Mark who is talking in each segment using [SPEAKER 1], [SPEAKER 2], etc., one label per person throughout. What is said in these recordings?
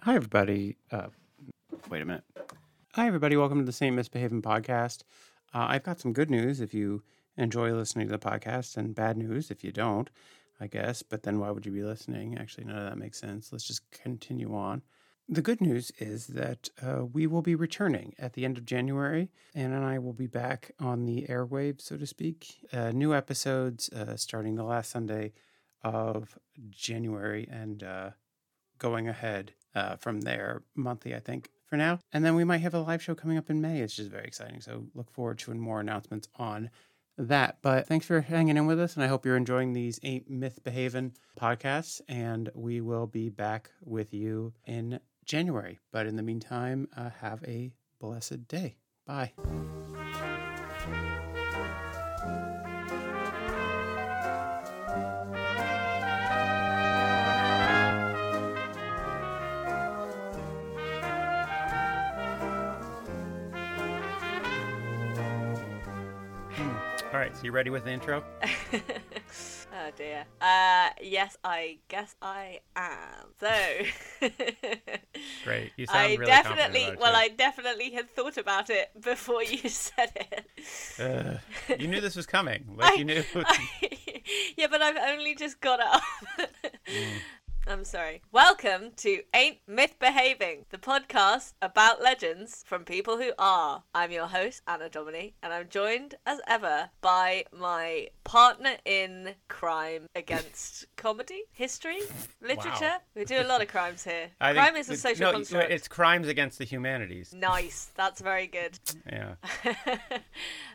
[SPEAKER 1] Hi, everybody. Uh, wait a minute. Hi, everybody. Welcome to the St. Misbehaving Podcast. Uh, I've got some good news if you enjoy listening to the podcast, and bad news if you don't, I guess. But then why would you be listening? Actually, none of that makes sense. Let's just continue on. The good news is that uh, we will be returning at the end of January. Anna and I will be back on the airwaves, so to speak. Uh, new episodes uh, starting the last Sunday of January and uh, going ahead uh, from there monthly, I think, for now. And then we might have a live show coming up in May. It's just very exciting. So look forward to more announcements on that. But thanks for hanging in with us. And I hope you're enjoying these Ain't Myth Behavin' podcasts. And we will be back with you in January. But in the meantime, uh, have a blessed day. Bye. All right. So you ready with the intro?
[SPEAKER 2] oh dear. Uh, yes, I guess I am. So,
[SPEAKER 1] Great. You sound
[SPEAKER 2] I
[SPEAKER 1] really
[SPEAKER 2] definitely, well, I definitely had thought about it before you said it.
[SPEAKER 1] I. you knew this was coming. Like you knew.
[SPEAKER 2] yeah, but I've only just got it up.
[SPEAKER 3] Mm.
[SPEAKER 2] I'm sorry. Welcome to Ain't Myth Behaving, the podcast about legends from people who are. I'm your host, Anna Domini, and I'm joined as ever by my partner in crime against comedy, history, literature. We do a lot of crimes here.
[SPEAKER 3] I think-
[SPEAKER 2] crime is a social
[SPEAKER 3] no,
[SPEAKER 2] construct.
[SPEAKER 3] It's crimes against the humanities.
[SPEAKER 2] Nice. That's very good.
[SPEAKER 3] Yeah.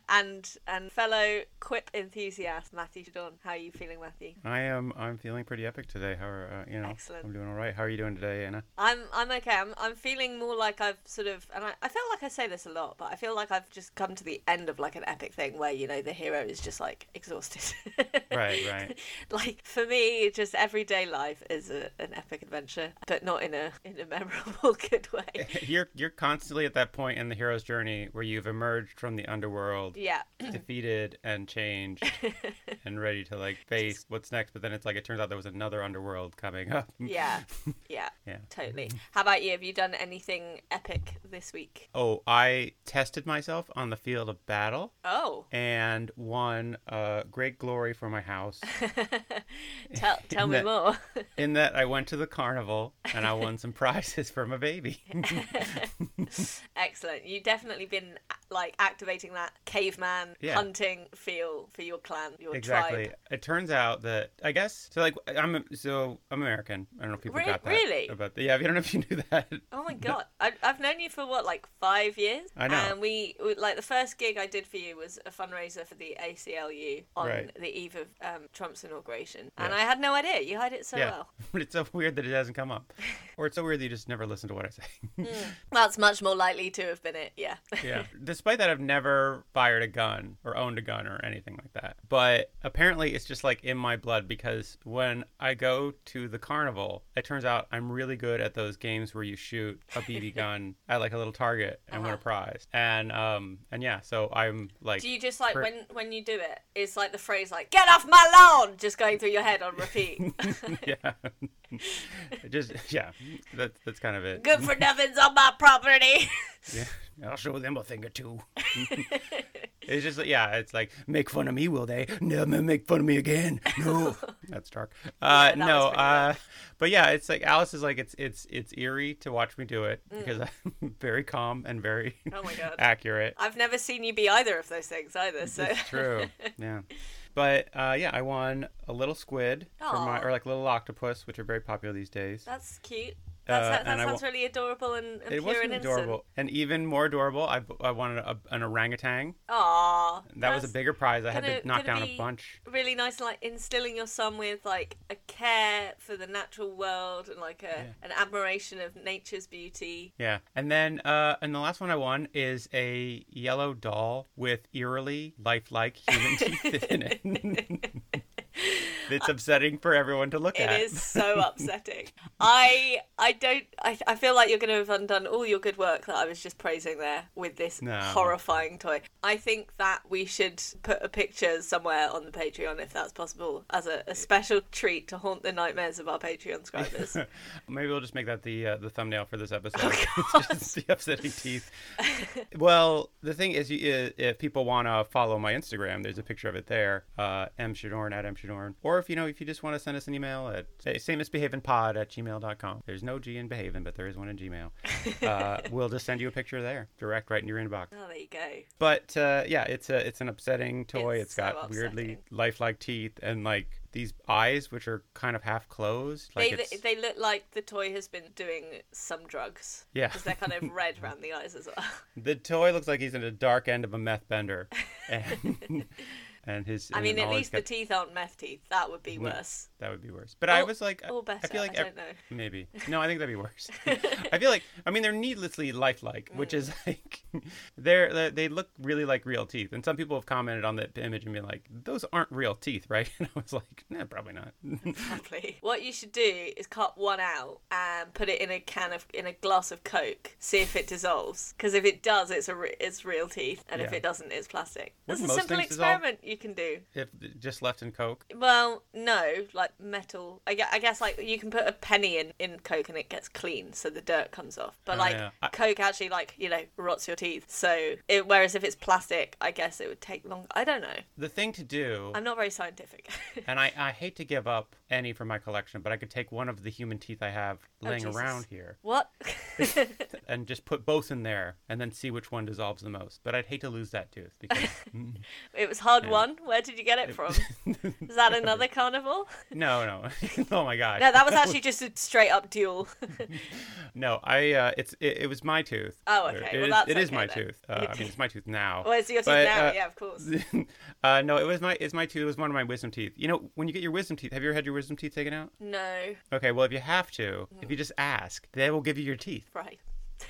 [SPEAKER 2] and and fellow quip enthusiast Matthew Shadon. How are you feeling, Matthew?
[SPEAKER 3] I am. I'm feeling pretty epic today. How are uh, you know?
[SPEAKER 2] Excellent.
[SPEAKER 3] I'm doing all right. How are you doing today, uh, Anna?
[SPEAKER 2] I'm I'm okay. I'm I'm feeling more like I've sort of and I, I feel like I say this a lot, but I feel like I've just come to the end of like an epic thing where, you know, the hero is just like exhausted.
[SPEAKER 3] Right, right.
[SPEAKER 2] like for me, just everyday life is a, an epic adventure, but not in a in a memorable good way.
[SPEAKER 3] You're you're constantly at that point in the hero's journey where you've emerged from the underworld,
[SPEAKER 2] Yeah.
[SPEAKER 3] defeated and changed, and ready to like face what's next. But then it's like it turns out there was another underworld coming up.
[SPEAKER 2] Yeah. Yeah.
[SPEAKER 3] Yeah.
[SPEAKER 2] Totally. How about you? Have you done anything epic this week?
[SPEAKER 3] Oh, I tested myself on the field of battle
[SPEAKER 2] Oh.
[SPEAKER 3] and won uh, great glory for my house.
[SPEAKER 2] tell tell me
[SPEAKER 3] that-
[SPEAKER 2] more.
[SPEAKER 3] in that I went to the carnival and I won some prizes from a baby.
[SPEAKER 2] Excellent. You've definitely been like activating that caveman
[SPEAKER 3] Yeah.
[SPEAKER 2] hunting feel for your clan, your
[SPEAKER 3] exactly.
[SPEAKER 2] tribe.
[SPEAKER 3] It turns out that I guess so. Like I'm so I'm American. I don't know if people
[SPEAKER 2] Re-
[SPEAKER 3] got that.
[SPEAKER 2] really?
[SPEAKER 3] About the, yeah, I don't know if you knew that.
[SPEAKER 2] Oh my god, I, I've known you for what like five years.
[SPEAKER 3] I know.
[SPEAKER 2] And we, we like the first gig I did for you was a fundraiser for the ACLU on
[SPEAKER 3] Right.
[SPEAKER 2] the eve of um, Trump's inauguration, and I had no idea you hid it so
[SPEAKER 3] yeah,
[SPEAKER 2] Oh, well.
[SPEAKER 3] but it's so weird that it hasn't come up, or it's so weird that you just never listen to what I say.
[SPEAKER 2] That's much more likely to have been it. Yeah.
[SPEAKER 3] yeah. Despite that, I've never fired a gun or owned a gun or anything like that. But apparently, it's just like in my blood because when I go to the carnival, it turns out I'm really good at those games where you shoot a BB gun at like a little target and win a
[SPEAKER 2] Uh-huh.
[SPEAKER 3] prize. And um and yeah, so I'm like.
[SPEAKER 2] Do you just like
[SPEAKER 3] per-
[SPEAKER 2] when when you do it? It's like the phrase like "get off my lawn" just going through your head on repeat.
[SPEAKER 3] yeah. It just yeah, that's that's kind of it.
[SPEAKER 2] Good for nothing's on my property.
[SPEAKER 3] Yeah. I'll show them a thing or two. it's just yeah, it's like make fun of me, will they? Never make fun of me again. No, that's dark. Uh,
[SPEAKER 2] that was
[SPEAKER 3] no,
[SPEAKER 2] pretty
[SPEAKER 3] uh, but yeah, it's like Alice is like it's it's it's eerie to watch me do it because I'm very calm and very
[SPEAKER 2] Mm. Oh my God.
[SPEAKER 3] accurate.
[SPEAKER 2] I've never seen you be either of those things either. So
[SPEAKER 3] It's true. Yeah. But uh, yeah, I won a little squid, for my,
[SPEAKER 2] Aw.
[SPEAKER 3] or like little octopus, which are very popular these days.
[SPEAKER 2] that's cute.
[SPEAKER 3] Uh,
[SPEAKER 2] That's, that that
[SPEAKER 3] and I
[SPEAKER 2] sounds
[SPEAKER 3] wa-
[SPEAKER 2] really adorable and, and
[SPEAKER 3] it
[SPEAKER 2] pure
[SPEAKER 3] wasn't
[SPEAKER 2] and
[SPEAKER 3] adorable, and even more adorable, I, I won a, an orangutan.
[SPEAKER 2] innocent. Aww,
[SPEAKER 3] That was a bigger prize. I had
[SPEAKER 2] gonna-
[SPEAKER 3] to knock
[SPEAKER 2] gonna
[SPEAKER 3] down
[SPEAKER 2] be-
[SPEAKER 3] a bunch.
[SPEAKER 2] Really nice, like instilling your son with like a care for the natural world and like a an admiration of nature's beauty.
[SPEAKER 3] Yeah. And then uh and the last one I won is a yellow doll with eerily lifelike human teeth in it. It's upsetting for everyone to look
[SPEAKER 2] It
[SPEAKER 3] at.
[SPEAKER 2] is so upsetting. I I don't I, I feel like you're going to have undone all your good work that I was just praising there with this
[SPEAKER 3] No.
[SPEAKER 2] horrifying toy. I think that we should put a picture somewhere on the Patreon if that's possible as a, a special treat to haunt the nightmares of our Patreon subscribers.
[SPEAKER 3] Maybe we'll just make that the uh, the thumbnail for this episode.
[SPEAKER 2] Oh,
[SPEAKER 3] It's just the upsetting teeth. well, the thing is, you, i- if people want to follow my Instagram, there's a picture of it there. Uh, M Shadorn at M Shadorn. Or if you know, if you just want to send us an email at say, samemisbehavenpod at gmail.com. There's no G in behaving, but there is one in Gmail. Uh, we'll just send you a picture there, direct right in your inbox.
[SPEAKER 2] oh, there you go.
[SPEAKER 3] But uh, yeah, it's a it's an upsetting toy.
[SPEAKER 2] It's
[SPEAKER 3] it's got
[SPEAKER 2] so
[SPEAKER 3] weirdly
[SPEAKER 2] upsetting.
[SPEAKER 3] lifelike teeth and like these eyes, which are kind of half closed. Like
[SPEAKER 2] they
[SPEAKER 3] it's,
[SPEAKER 2] they look like the toy has been doing some drugs.
[SPEAKER 3] Yeah.
[SPEAKER 2] Because they're kind of red around the eyes as well.
[SPEAKER 3] The toy looks like he's in the dark end of a meth bender, and, and his.
[SPEAKER 2] I
[SPEAKER 3] and
[SPEAKER 2] mean, at
[SPEAKER 3] all he's
[SPEAKER 2] least
[SPEAKER 3] got-
[SPEAKER 2] the teeth aren't meth teeth. That would be worse.
[SPEAKER 3] that would be worse. But I
[SPEAKER 2] Or-
[SPEAKER 3] was like, I-
[SPEAKER 2] or
[SPEAKER 3] I
[SPEAKER 2] better,
[SPEAKER 3] feel like
[SPEAKER 2] oh, I
[SPEAKER 3] ev-
[SPEAKER 2] don't know.
[SPEAKER 3] maybe no, I think that'd be worse. I feel like I mean they're needlessly lifelike, which is
[SPEAKER 2] Mm.
[SPEAKER 3] like they're, they're they look really like real teeth. And some people have commented on that image and been like, those aren't real teeth, right? And I was like, nah, probably not.
[SPEAKER 2] Probably. What you should do is cut one out and put it in a can of in a glass of Coke. See if it dissolves. Because if it does, it's a re- it's real teeth, and if
[SPEAKER 3] Yeah.
[SPEAKER 2] it doesn't, it's plastic. That's
[SPEAKER 3] Wouldn't
[SPEAKER 2] a
[SPEAKER 3] most
[SPEAKER 2] simple
[SPEAKER 3] things dissolve?
[SPEAKER 2] experiment you can do.
[SPEAKER 3] if just left in Coke,
[SPEAKER 2] Well, no, like metal. I gue- I guess, like you can put a penny in in Coke and it gets clean, so the dirt comes off. But
[SPEAKER 3] Oh,
[SPEAKER 2] like
[SPEAKER 3] yeah. I-
[SPEAKER 2] Coke actually, like you know, rots your teeth. So it, whereas if it's plastic, I guess it would take long. I don't know.
[SPEAKER 3] the thing to do.
[SPEAKER 2] I'm not very scientific.
[SPEAKER 3] and I, I hate to give up any from my collection, but I could take one of the human teeth I have laying
[SPEAKER 2] Oh, Jesus.
[SPEAKER 3] around here
[SPEAKER 2] what?
[SPEAKER 3] and just put both in there and then see which one dissolves the most. But I'd hate to lose that tooth because
[SPEAKER 2] It was hard won. Where did you get it from? Is that another carnival?
[SPEAKER 3] no, no, oh my god,
[SPEAKER 2] No, that was actually just a straight up duel.
[SPEAKER 3] no. I uh, it's it, it was my tooth.
[SPEAKER 2] Oh,
[SPEAKER 3] Or
[SPEAKER 2] okay.
[SPEAKER 3] it
[SPEAKER 2] Well,
[SPEAKER 3] is-
[SPEAKER 2] that's
[SPEAKER 3] it is
[SPEAKER 2] okay
[SPEAKER 3] my
[SPEAKER 2] then.
[SPEAKER 3] tooth. Uh, I mean, it's my tooth now.
[SPEAKER 2] well, it's your teeth
[SPEAKER 3] But,
[SPEAKER 2] now.
[SPEAKER 3] uh,
[SPEAKER 2] yeah, of course.
[SPEAKER 3] uh, no, it was my it's my tooth. It was one of my wisdom teeth. You know, when you get your wisdom teeth, have you ever had your wisdom teeth taken out?
[SPEAKER 2] No,
[SPEAKER 3] Okay, well, if you have to, if you
[SPEAKER 2] Mm.
[SPEAKER 3] just ask, they will give you your teeth.
[SPEAKER 2] right.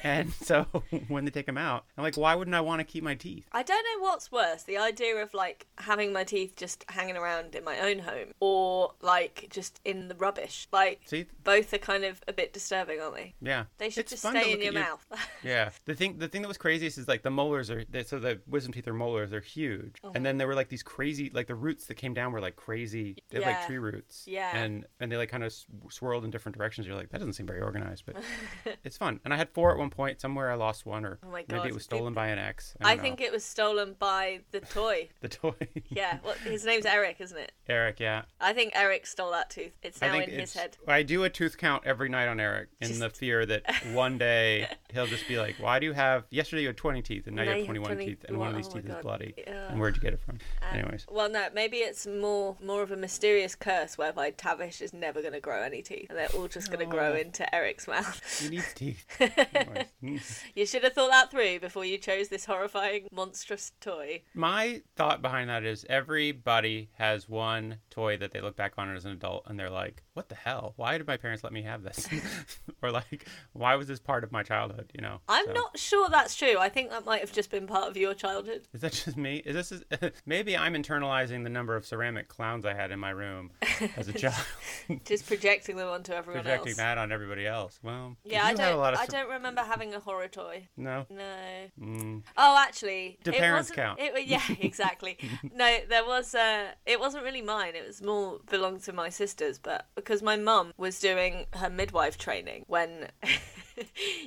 [SPEAKER 3] And so when they take them out, I'm like, why wouldn't I want to keep my teeth?
[SPEAKER 2] I don't know what's worse the idea of like having my teeth just hanging around in my own home or like just in the rubbish. Like,
[SPEAKER 3] See?
[SPEAKER 2] both are kind of a bit disturbing, aren't they?
[SPEAKER 3] Yeah.
[SPEAKER 2] They should
[SPEAKER 3] It's
[SPEAKER 2] just
[SPEAKER 3] fun to
[SPEAKER 2] stay in
[SPEAKER 3] look
[SPEAKER 2] your,
[SPEAKER 3] at
[SPEAKER 2] mouth.
[SPEAKER 3] Yeah. The thing the thing that was craziest is like the molars are they, so the wisdom teeth or molars are huge.
[SPEAKER 2] Uh-huh.
[SPEAKER 3] And then there were like these crazy like the roots that came down were like crazy. They're
[SPEAKER 2] Yeah.
[SPEAKER 3] like tree roots.
[SPEAKER 2] Yeah.
[SPEAKER 3] And and they like kind of sw- swirled in different directions. You're like that doesn't seem very organized, but it's fun. And I had four at one point. Somewhere I lost one or
[SPEAKER 2] Oh my God,
[SPEAKER 3] maybe it was stolen by an ex.
[SPEAKER 2] I think it was stolen by the toy.
[SPEAKER 3] the toy.
[SPEAKER 2] Yeah, well, his name's Eric, isn't it?
[SPEAKER 3] Eric, yeah.
[SPEAKER 2] I think Eric stole that tooth. It's now in his
[SPEAKER 3] it's-
[SPEAKER 2] head.
[SPEAKER 3] I do a tooth count every night on Eric in the fear that one day he'll just be like, "Why do you have yesterday you had 20 teeth and now, you have 21 teeth and one of
[SPEAKER 2] 21
[SPEAKER 3] these
[SPEAKER 2] oh my
[SPEAKER 3] teeth is
[SPEAKER 2] God.
[SPEAKER 3] bloody?
[SPEAKER 2] Yeah. Uh,
[SPEAKER 3] And where'd you get it from?" Anyways,
[SPEAKER 2] Um, Well, no, maybe it's more more of a mysterious curse whereby Tavish is never going to grow any teeth, and they're all just going to grow
[SPEAKER 3] Oh.
[SPEAKER 2] into Eric's mouth.
[SPEAKER 3] he needs teeth. Anyways.
[SPEAKER 2] you should have thought that through before you chose this horrifying, monstrous toy.
[SPEAKER 3] My thought behind that is everybody has one toy that they look back on as an adult and they're like, "What the hell? Why did my parents let me have this?" or like, "Why was this part of my childhood?" You know.
[SPEAKER 2] I'm
[SPEAKER 3] So-
[SPEAKER 2] not sure that's true. I think that might have just been part of your childhood.
[SPEAKER 3] Is that just me? Is this is, maybe I'm internalizing the number of ceramic clowns I had in my room as a child,
[SPEAKER 2] Just projecting them onto everyone
[SPEAKER 3] projecting
[SPEAKER 2] else.
[SPEAKER 3] that on everybody else. Well,
[SPEAKER 2] Yeah, I
[SPEAKER 3] you had a
[SPEAKER 2] don't.
[SPEAKER 3] lot of
[SPEAKER 2] I
[SPEAKER 3] cer-
[SPEAKER 2] don't remember having a horror toy.
[SPEAKER 3] No,
[SPEAKER 2] No.
[SPEAKER 3] mm,
[SPEAKER 2] Oh, actually,
[SPEAKER 3] Do
[SPEAKER 2] it
[SPEAKER 3] parents
[SPEAKER 2] wasn't-
[SPEAKER 3] count?
[SPEAKER 2] It, wa- yeah, exactly. no, there was. Uh, it wasn't really mine. It was more belonged to my sisters, but because my mum was doing her midwife training when.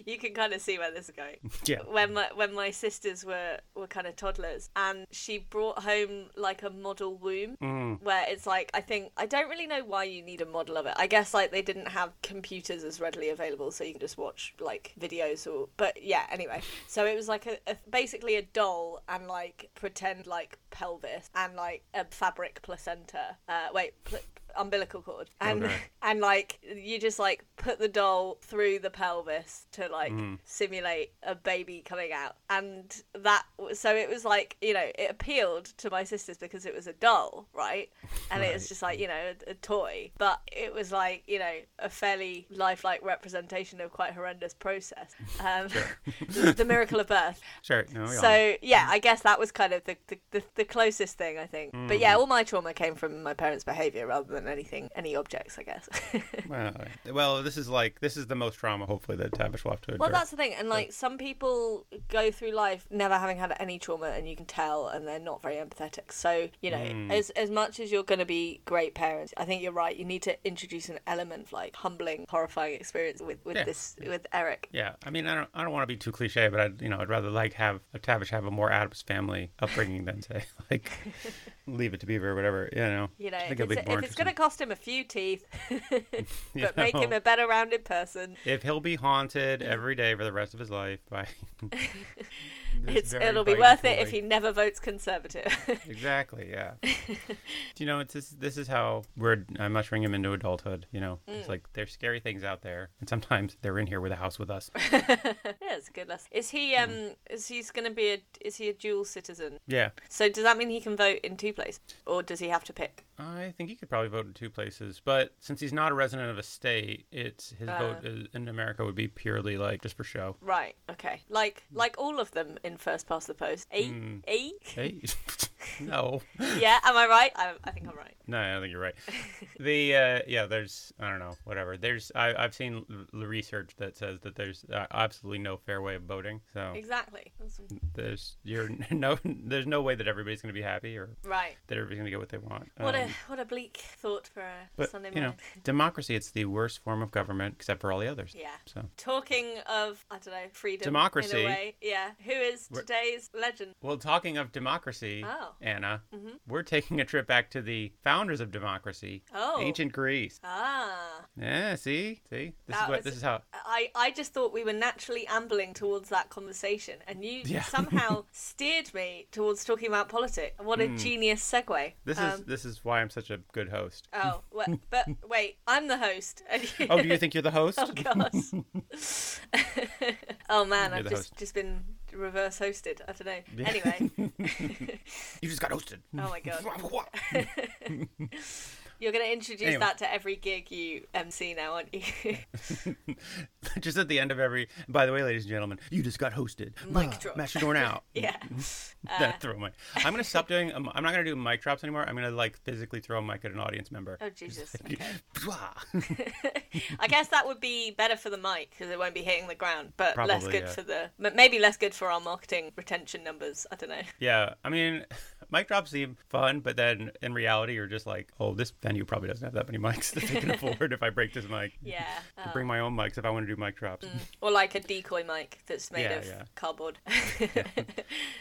[SPEAKER 2] you can kind of see where this is going
[SPEAKER 3] yeah.
[SPEAKER 2] when my when my sisters were were kind of toddlers and she brought home like a model womb
[SPEAKER 3] Mm.
[SPEAKER 2] where it's like i think i don't really know why you need a model of it i guess like they didn't have computers as readily available so you can just watch like videos or but yeah anyway so it was like a, a basically a doll and like pretend like pelvis and like a
[SPEAKER 3] Oh,
[SPEAKER 2] fabric placenta uh wait pl- umbilical cord and
[SPEAKER 3] Okay.
[SPEAKER 2] and like you just like put the doll through the pelvis to like
[SPEAKER 3] Mhm.
[SPEAKER 2] simulate a baby coming out. And that, so it was like, you know, it appealed to my sisters because it was a doll, right? And it was
[SPEAKER 3] Right.
[SPEAKER 2] just like, you know, a, a toy. But it was like, you know, a fairly lifelike representation of quite horrendous process. Um, the miracle of birth.
[SPEAKER 3] Sure. No, we all know.
[SPEAKER 2] So yeah, I guess that was kind of the the, the, the closest thing I think. But
[SPEAKER 3] Mm.
[SPEAKER 2] yeah, all my trauma came from my parents' behaviour rather than anything, any objects, I guess.
[SPEAKER 3] Well, well, this is like this is the most trauma. Hopefully, that Tavish will have to endure.
[SPEAKER 2] well, that's the thing, and like some people go through life never having had any trauma, and you can tell, and they're not very empathetic. So you know,
[SPEAKER 3] Mm.
[SPEAKER 2] as as much as you're going to be great parents, I think you're right. You need to introduce an element of like humbling, horrifying experience with with
[SPEAKER 3] Yeah.
[SPEAKER 2] this with Eric.
[SPEAKER 3] yeah, I mean, I don't, I don't want to be too cliche, but I, would you know, I'd rather like have a Tavish have a more Adams family upbringing than say like leave it to Beaver or whatever. You know,
[SPEAKER 2] You know,
[SPEAKER 3] I
[SPEAKER 2] if
[SPEAKER 3] think it'll
[SPEAKER 2] it's,
[SPEAKER 3] be more
[SPEAKER 2] if it's going to
[SPEAKER 3] interesting.
[SPEAKER 2] cost him a few teeth, but
[SPEAKER 3] You
[SPEAKER 2] make him
[SPEAKER 3] know?
[SPEAKER 2] a better rounded person,
[SPEAKER 3] if he'll be haunted every day for the rest of his life by this
[SPEAKER 2] It's,
[SPEAKER 3] very
[SPEAKER 2] it'll be
[SPEAKER 3] biting
[SPEAKER 2] worth it if
[SPEAKER 3] toy.
[SPEAKER 2] he never votes conservative.
[SPEAKER 3] Exactly. Yeah. Do you know it's this, this is how we're I'm ushering him into adulthood. You know,
[SPEAKER 2] Mm.
[SPEAKER 3] it's like there's scary things out there, and sometimes they're in here with a house with us.
[SPEAKER 2] yeah, it's a good lesson. Is he
[SPEAKER 3] Hmm.
[SPEAKER 2] um is he's going to be a is he a dual citizen?
[SPEAKER 3] Yeah,
[SPEAKER 2] So does that mean he can vote in two places, or does he have to pick?
[SPEAKER 3] I think he could probably vote in two places, but since he's not a resident of a state, it's his
[SPEAKER 2] Uh.
[SPEAKER 3] vote is, in America would be purely like just for show.
[SPEAKER 2] Right. Okay. Like
[SPEAKER 3] Hmm.
[SPEAKER 2] like all of them in first past the post. E
[SPEAKER 3] Mm.
[SPEAKER 2] e.
[SPEAKER 3] Hey, no,
[SPEAKER 2] Yeah. Am I right? I, I think I'm right.
[SPEAKER 3] no, I don't think you're right. The uh, yeah, there's I don't know, whatever. There's I, I've seen l- l- research that says that there's uh, absolutely no fair way of voting. So
[SPEAKER 2] Exactly. That's-
[SPEAKER 3] there's you're no there's no way that everybody's gonna be happy or
[SPEAKER 2] Right.
[SPEAKER 3] that everybody's gonna get what they want.
[SPEAKER 2] What a
[SPEAKER 3] Um,
[SPEAKER 2] what a bleak thought for a
[SPEAKER 3] but
[SPEAKER 2] Sunday
[SPEAKER 3] you
[SPEAKER 2] morning.
[SPEAKER 3] know, democracy it's the worst form of government except for all the others.
[SPEAKER 2] Yeah.
[SPEAKER 3] So
[SPEAKER 2] Talking of I don't know freedom, in
[SPEAKER 3] Democracy.
[SPEAKER 2] a way. Yeah. Who is
[SPEAKER 3] We're-
[SPEAKER 2] today's legend?
[SPEAKER 3] well, talking of democracy,
[SPEAKER 2] Oh.
[SPEAKER 3] Anna, we're taking a trip back to the founders of democracy,
[SPEAKER 2] Oh.
[SPEAKER 3] ancient Greece.
[SPEAKER 2] Ah.
[SPEAKER 3] Yeah, see, see, this
[SPEAKER 2] That
[SPEAKER 3] is what
[SPEAKER 2] was-
[SPEAKER 3] this is how.
[SPEAKER 2] I, I just thought we were naturally ambling towards that conversation, and you
[SPEAKER 3] Yeah.
[SPEAKER 2] somehow steered me towards talking about politics. What a genius segue!
[SPEAKER 3] Hmm.
[SPEAKER 2] Um,
[SPEAKER 3] This is this is why I'm such a good host.
[SPEAKER 2] oh, wha- but wait, I'm the host. and you-
[SPEAKER 3] Oh, do you think you're the host?
[SPEAKER 2] oh gosh. oh man,
[SPEAKER 3] You're
[SPEAKER 2] I've
[SPEAKER 3] the
[SPEAKER 2] just
[SPEAKER 3] host.
[SPEAKER 2] just been reverse hosted. I don't know. Anyway,
[SPEAKER 3] you just got hosted.
[SPEAKER 2] oh my god, you're going to introduce
[SPEAKER 3] Anyway.
[SPEAKER 2] that to every gig you MC now, aren't you?
[SPEAKER 3] just at the end of every. By the way, ladies and gentlemen, you just got hosted.
[SPEAKER 2] Mic
[SPEAKER 3] Ah,
[SPEAKER 2] drop.
[SPEAKER 3] Master Dorn out.
[SPEAKER 2] yeah.
[SPEAKER 3] That throw mic. I'm gonna stop doing. Um, I'm not gonna do mic drops anymore. I'm gonna like physically throw a mic at an audience member.
[SPEAKER 2] Oh Jesus.
[SPEAKER 3] Pwah.
[SPEAKER 2] I guess that would be better for the mic because it won't be hitting the ground, but less
[SPEAKER 3] Probably, yeah.
[SPEAKER 2] good for the m- maybe less good for our marketing retention numbers. I don't know.
[SPEAKER 3] yeah, I mean, mic drops seem fun, but then in reality, you're just like, oh, this venue probably doesn't have that many mics that they can afford. if I break this mic,
[SPEAKER 2] Yeah, Mm.
[SPEAKER 3] I bring my own mics if I want to do mic drops.
[SPEAKER 2] or like a decoy mic that's made
[SPEAKER 3] Yeah,
[SPEAKER 2] of
[SPEAKER 3] yeah.
[SPEAKER 2] cardboard.
[SPEAKER 3] Get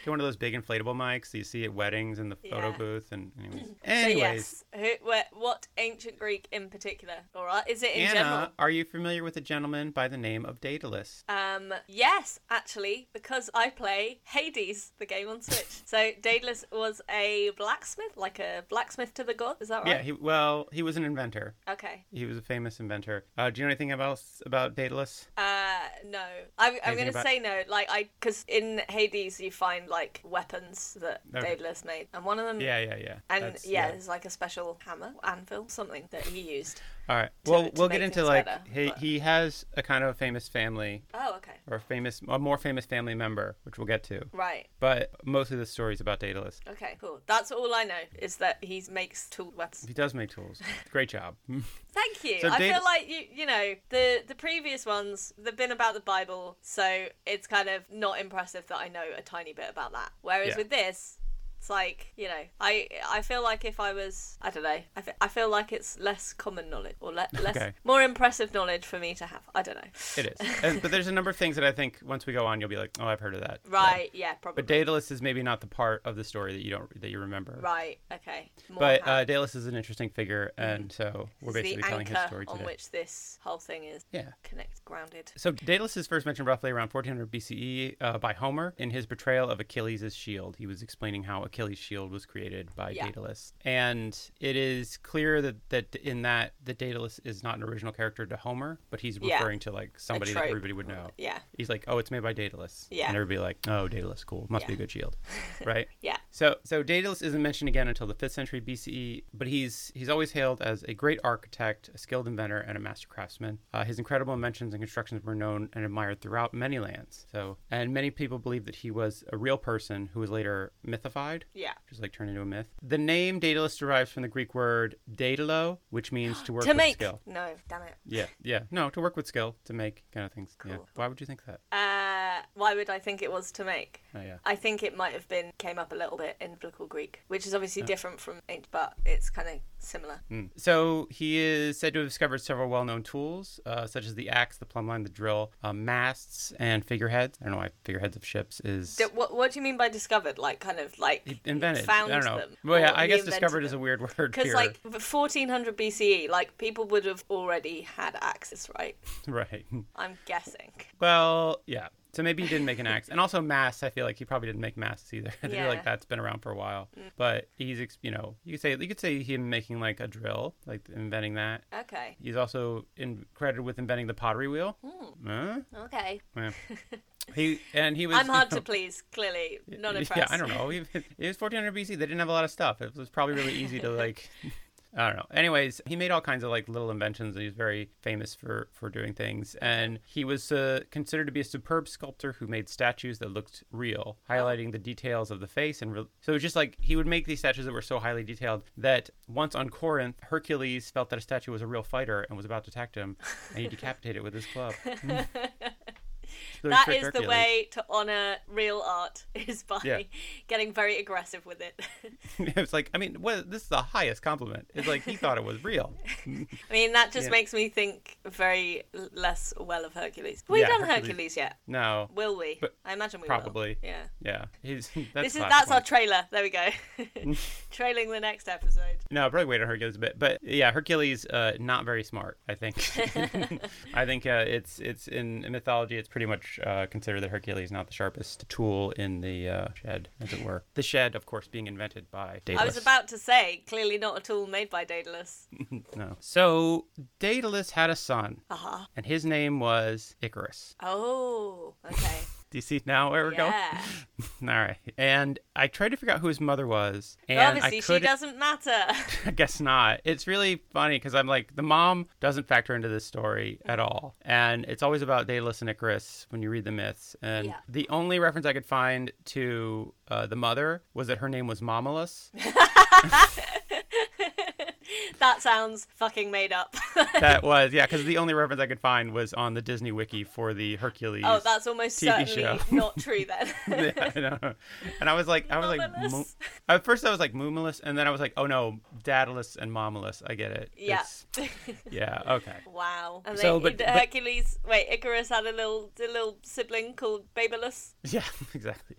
[SPEAKER 3] one of those big inflatable mics that you see at weddings and the photo
[SPEAKER 2] Yeah.
[SPEAKER 3] booth. And anyways,
[SPEAKER 2] So
[SPEAKER 3] anyways,
[SPEAKER 2] yes, who, where, what ancient Greek in particular? All right, is it in
[SPEAKER 3] Anna,
[SPEAKER 2] general?
[SPEAKER 3] are you familiar with a gentleman by the name of Daedalus?
[SPEAKER 2] Um, yes, actually, because I play Hades, the game on Switch. so Daedalus was a blacksmith, like a blacksmith to the god. Is that
[SPEAKER 3] Yeah,
[SPEAKER 2] right?
[SPEAKER 3] he, well, he was an inventor.
[SPEAKER 2] Okay.
[SPEAKER 3] He was a famous inventor. Uh, do you know anything else about Daedalus?
[SPEAKER 2] Uh, no. I'm, I'm
[SPEAKER 3] Anything
[SPEAKER 2] gonna
[SPEAKER 3] about-
[SPEAKER 2] say no. Like I, because in Hades you find like weapons that
[SPEAKER 3] Okay.
[SPEAKER 2] Daedalus made, and one of them.
[SPEAKER 3] Yeah, yeah, yeah.
[SPEAKER 2] And
[SPEAKER 3] That's-
[SPEAKER 2] yeah, there's like a special hammer, anvil, something that he used.
[SPEAKER 3] All right. Well,
[SPEAKER 2] to
[SPEAKER 3] we'll
[SPEAKER 2] make
[SPEAKER 3] get into
[SPEAKER 2] things
[SPEAKER 3] like
[SPEAKER 2] better,
[SPEAKER 3] he,
[SPEAKER 2] but-
[SPEAKER 3] he has a kind of famous family
[SPEAKER 2] Oh, okay.
[SPEAKER 3] or a famous a more famous family member, which we'll get to.
[SPEAKER 2] Right.
[SPEAKER 3] But mostly the story's about Daedalus.
[SPEAKER 2] Okay. Cool. That's all I know is that he makes tool weapons.
[SPEAKER 3] He does make tools. Great job.
[SPEAKER 2] Thank you.
[SPEAKER 3] So
[SPEAKER 2] I
[SPEAKER 3] Daedal-
[SPEAKER 2] feel like you, you know, the the previous ones they've been about the Bible, so it's kind of not impressive that I know a tiny bit about that. Whereas
[SPEAKER 3] Yeah.
[SPEAKER 2] with this. It's like you know, I I feel like if I was I don't know, I, fe- I feel like it's less common knowledge or le- less
[SPEAKER 3] Okay.
[SPEAKER 2] more impressive knowledge for me to have. I don't know.
[SPEAKER 3] It is. And, but there's a number of things that I think once we go on, you'll be like, oh, I've heard of that.
[SPEAKER 2] Right? Yeah, probably.
[SPEAKER 3] But Daedalus is maybe not the part of the story that you don't that you remember.
[SPEAKER 2] right. Okay. More
[SPEAKER 3] But
[SPEAKER 2] how-
[SPEAKER 3] uh, Daedalus is an interesting figure, and so we're
[SPEAKER 2] Mm-hmm. it's the
[SPEAKER 3] basically telling his
[SPEAKER 2] anchor
[SPEAKER 3] story today.
[SPEAKER 2] on which this whole thing is
[SPEAKER 3] Yeah.
[SPEAKER 2] connected, grounded.
[SPEAKER 3] So Daedalus is first E, mentioned roughly around 1400 BCE uh, by Homer in his portrayal of Achilles' shield. He was explaining how Achilles' shield was created by
[SPEAKER 2] Yeah.
[SPEAKER 3] Daedalus, and it is clear that that in that the Daedalus is not an original character to Homer, but he's
[SPEAKER 2] Yeah.
[SPEAKER 3] referring to like somebody that
[SPEAKER 2] trope.
[SPEAKER 3] everybody would know.
[SPEAKER 2] Yeah.
[SPEAKER 3] He's like, oh, it's made by Daedalus.
[SPEAKER 2] Yeah.
[SPEAKER 3] And everybody like, oh, Daedalus, cool. Must be a
[SPEAKER 2] Yeah.
[SPEAKER 3] good shield, right?
[SPEAKER 2] Yeah.
[SPEAKER 3] So, so Daedalus isn't mentioned again until the 5th century BCE, but he's he's always hailed as a great architect, a skilled inventor, and a master craftsman. Uh, his incredible inventions and constructions were known and admired throughout many lands. So, and many people believe that he was a real person who was later mythified,
[SPEAKER 2] Yeah.
[SPEAKER 3] just like turned into a myth. The name Daedalus derives from the Greek word daedalo, which means to work
[SPEAKER 2] to
[SPEAKER 3] with
[SPEAKER 2] make.
[SPEAKER 3] skill.
[SPEAKER 2] No, damn it.
[SPEAKER 3] Yeah, yeah, no, to work with skill, to make kind of things. Yeah.
[SPEAKER 2] Cool.
[SPEAKER 3] Why would you think that?
[SPEAKER 2] Uh, why would I think it was to make?
[SPEAKER 3] Oh, yeah.
[SPEAKER 2] I think it might have been came up a little bit in biblical Greek, which is obviously different from ancient, but it's kind of similar.
[SPEAKER 3] Mm. So he is said to have discovered several well-known tools, uh, such as the axe, the plumb line, the drill, uh, masts, and figureheads. I don't know why figureheads of ships is
[SPEAKER 2] D- what, what do you mean by discovered? Like, kind of like
[SPEAKER 3] He invented.
[SPEAKER 2] found
[SPEAKER 3] I don't know.
[SPEAKER 2] them.
[SPEAKER 3] Well, yeah, I guess discovered is a weird word
[SPEAKER 2] because
[SPEAKER 3] here.
[SPEAKER 2] like 1400 BCE, E, like people would have already had axes, right?
[SPEAKER 3] right.
[SPEAKER 2] I'm guessing.
[SPEAKER 3] Well, yeah. So maybe he didn't make an axe, and also masts. I feel like he probably didn't make masts either. I feel
[SPEAKER 2] Yeah. Mm.
[SPEAKER 3] like that's been around for a while. But he's, ex- you know, you could say you could say him making like a drill, like inventing that.
[SPEAKER 2] Okay.
[SPEAKER 3] He's also in- credited with inventing the pottery wheel.
[SPEAKER 2] Hmm.
[SPEAKER 3] Huh?
[SPEAKER 2] Okay.
[SPEAKER 3] Yeah. He and he was.
[SPEAKER 2] I'm
[SPEAKER 3] you
[SPEAKER 2] hard
[SPEAKER 3] know-
[SPEAKER 2] to please. Clearly, not impressed.
[SPEAKER 3] Yeah, I don't know. It was 1400 BC. They didn't have a lot of stuff. It was probably really easy to like. I don't know. Anyways, he made all kinds of like little inventions, and he was very famous for for doing things. And he was uh, considered to be a superb sculptor who made statues that looked real, highlighting the details of the face. And re- so it was just like he would make these statues that were so highly detailed that once on Corinth, Hercules felt that a statue was a real fighter and was about to attack him, and he decapitated it with his club. So he
[SPEAKER 2] That
[SPEAKER 3] tricked
[SPEAKER 2] is the
[SPEAKER 3] Hercules.
[SPEAKER 2] way to honor real art is by
[SPEAKER 3] Yeah.
[SPEAKER 2] getting very aggressive with it.
[SPEAKER 3] it was like, I mean, what, this is the highest compliment. It's like he thought it was real.
[SPEAKER 2] I mean, that just
[SPEAKER 3] Yeah.
[SPEAKER 2] makes me think very l- less well of Hercules. We've
[SPEAKER 3] Yeah,
[SPEAKER 2] done
[SPEAKER 3] Hercules-
[SPEAKER 2] Hercules. yet,
[SPEAKER 3] No,
[SPEAKER 2] will we?
[SPEAKER 3] But-
[SPEAKER 2] I imagine we
[SPEAKER 3] probably.
[SPEAKER 2] Will. Yeah.
[SPEAKER 3] yeah, he's that's
[SPEAKER 2] this is
[SPEAKER 3] last
[SPEAKER 2] that's our
[SPEAKER 3] one.
[SPEAKER 2] trailer. There we go. Trailing the next episode.
[SPEAKER 3] no. I'll probably wait on Hercules a bit, but yeah, Hercules, uh, not very smart. I think. I think uh, it's it's in mythology. It's pretty much uh, considered that Hercules is not the sharpest tool in the uh, shed, as it were. The shed, of course, being invented by Daedalus.
[SPEAKER 2] I was about to say, clearly not a tool made by Daedalus.
[SPEAKER 3] no. So Daedalus had a son,
[SPEAKER 2] Uh-huh.
[SPEAKER 3] and his name was Icarus.
[SPEAKER 2] Oh, okay.
[SPEAKER 3] Do you see now where we're going?
[SPEAKER 2] yeah.
[SPEAKER 3] All right. And I tried to figure out who his mother was. And
[SPEAKER 2] Obviously,
[SPEAKER 3] I
[SPEAKER 2] she
[SPEAKER 3] could,
[SPEAKER 2] doesn't matter.
[SPEAKER 3] I guess not. It's really funny because I'm like, the mom doesn't factor into this story at all. And it's always about Daedalus and Icarus when you read the myths. And
[SPEAKER 2] Yeah.
[SPEAKER 3] the only reference I could find to uh, the mother was that her name was Momulus.
[SPEAKER 2] that sounds fucking made up.
[SPEAKER 3] that was, yeah, because the only reference I could find was on the Disney Wiki for the Hercules.
[SPEAKER 2] oh, that's almost
[SPEAKER 3] TV show.
[SPEAKER 2] certainly not true then.
[SPEAKER 3] yeah, I know. And I was like, I was like, mo-
[SPEAKER 2] Momulus.
[SPEAKER 3] at first I was like Mumulus, and then I was like, oh no, Daedalus and Momulus. I get it.
[SPEAKER 2] yeah.
[SPEAKER 3] It's- yeah. Okay.
[SPEAKER 2] Wow. And
[SPEAKER 3] So,
[SPEAKER 2] they,
[SPEAKER 3] but- but-
[SPEAKER 2] Hercules, wait, Icarus had a little a little sibling called Babylus.
[SPEAKER 3] Yeah. Exactly.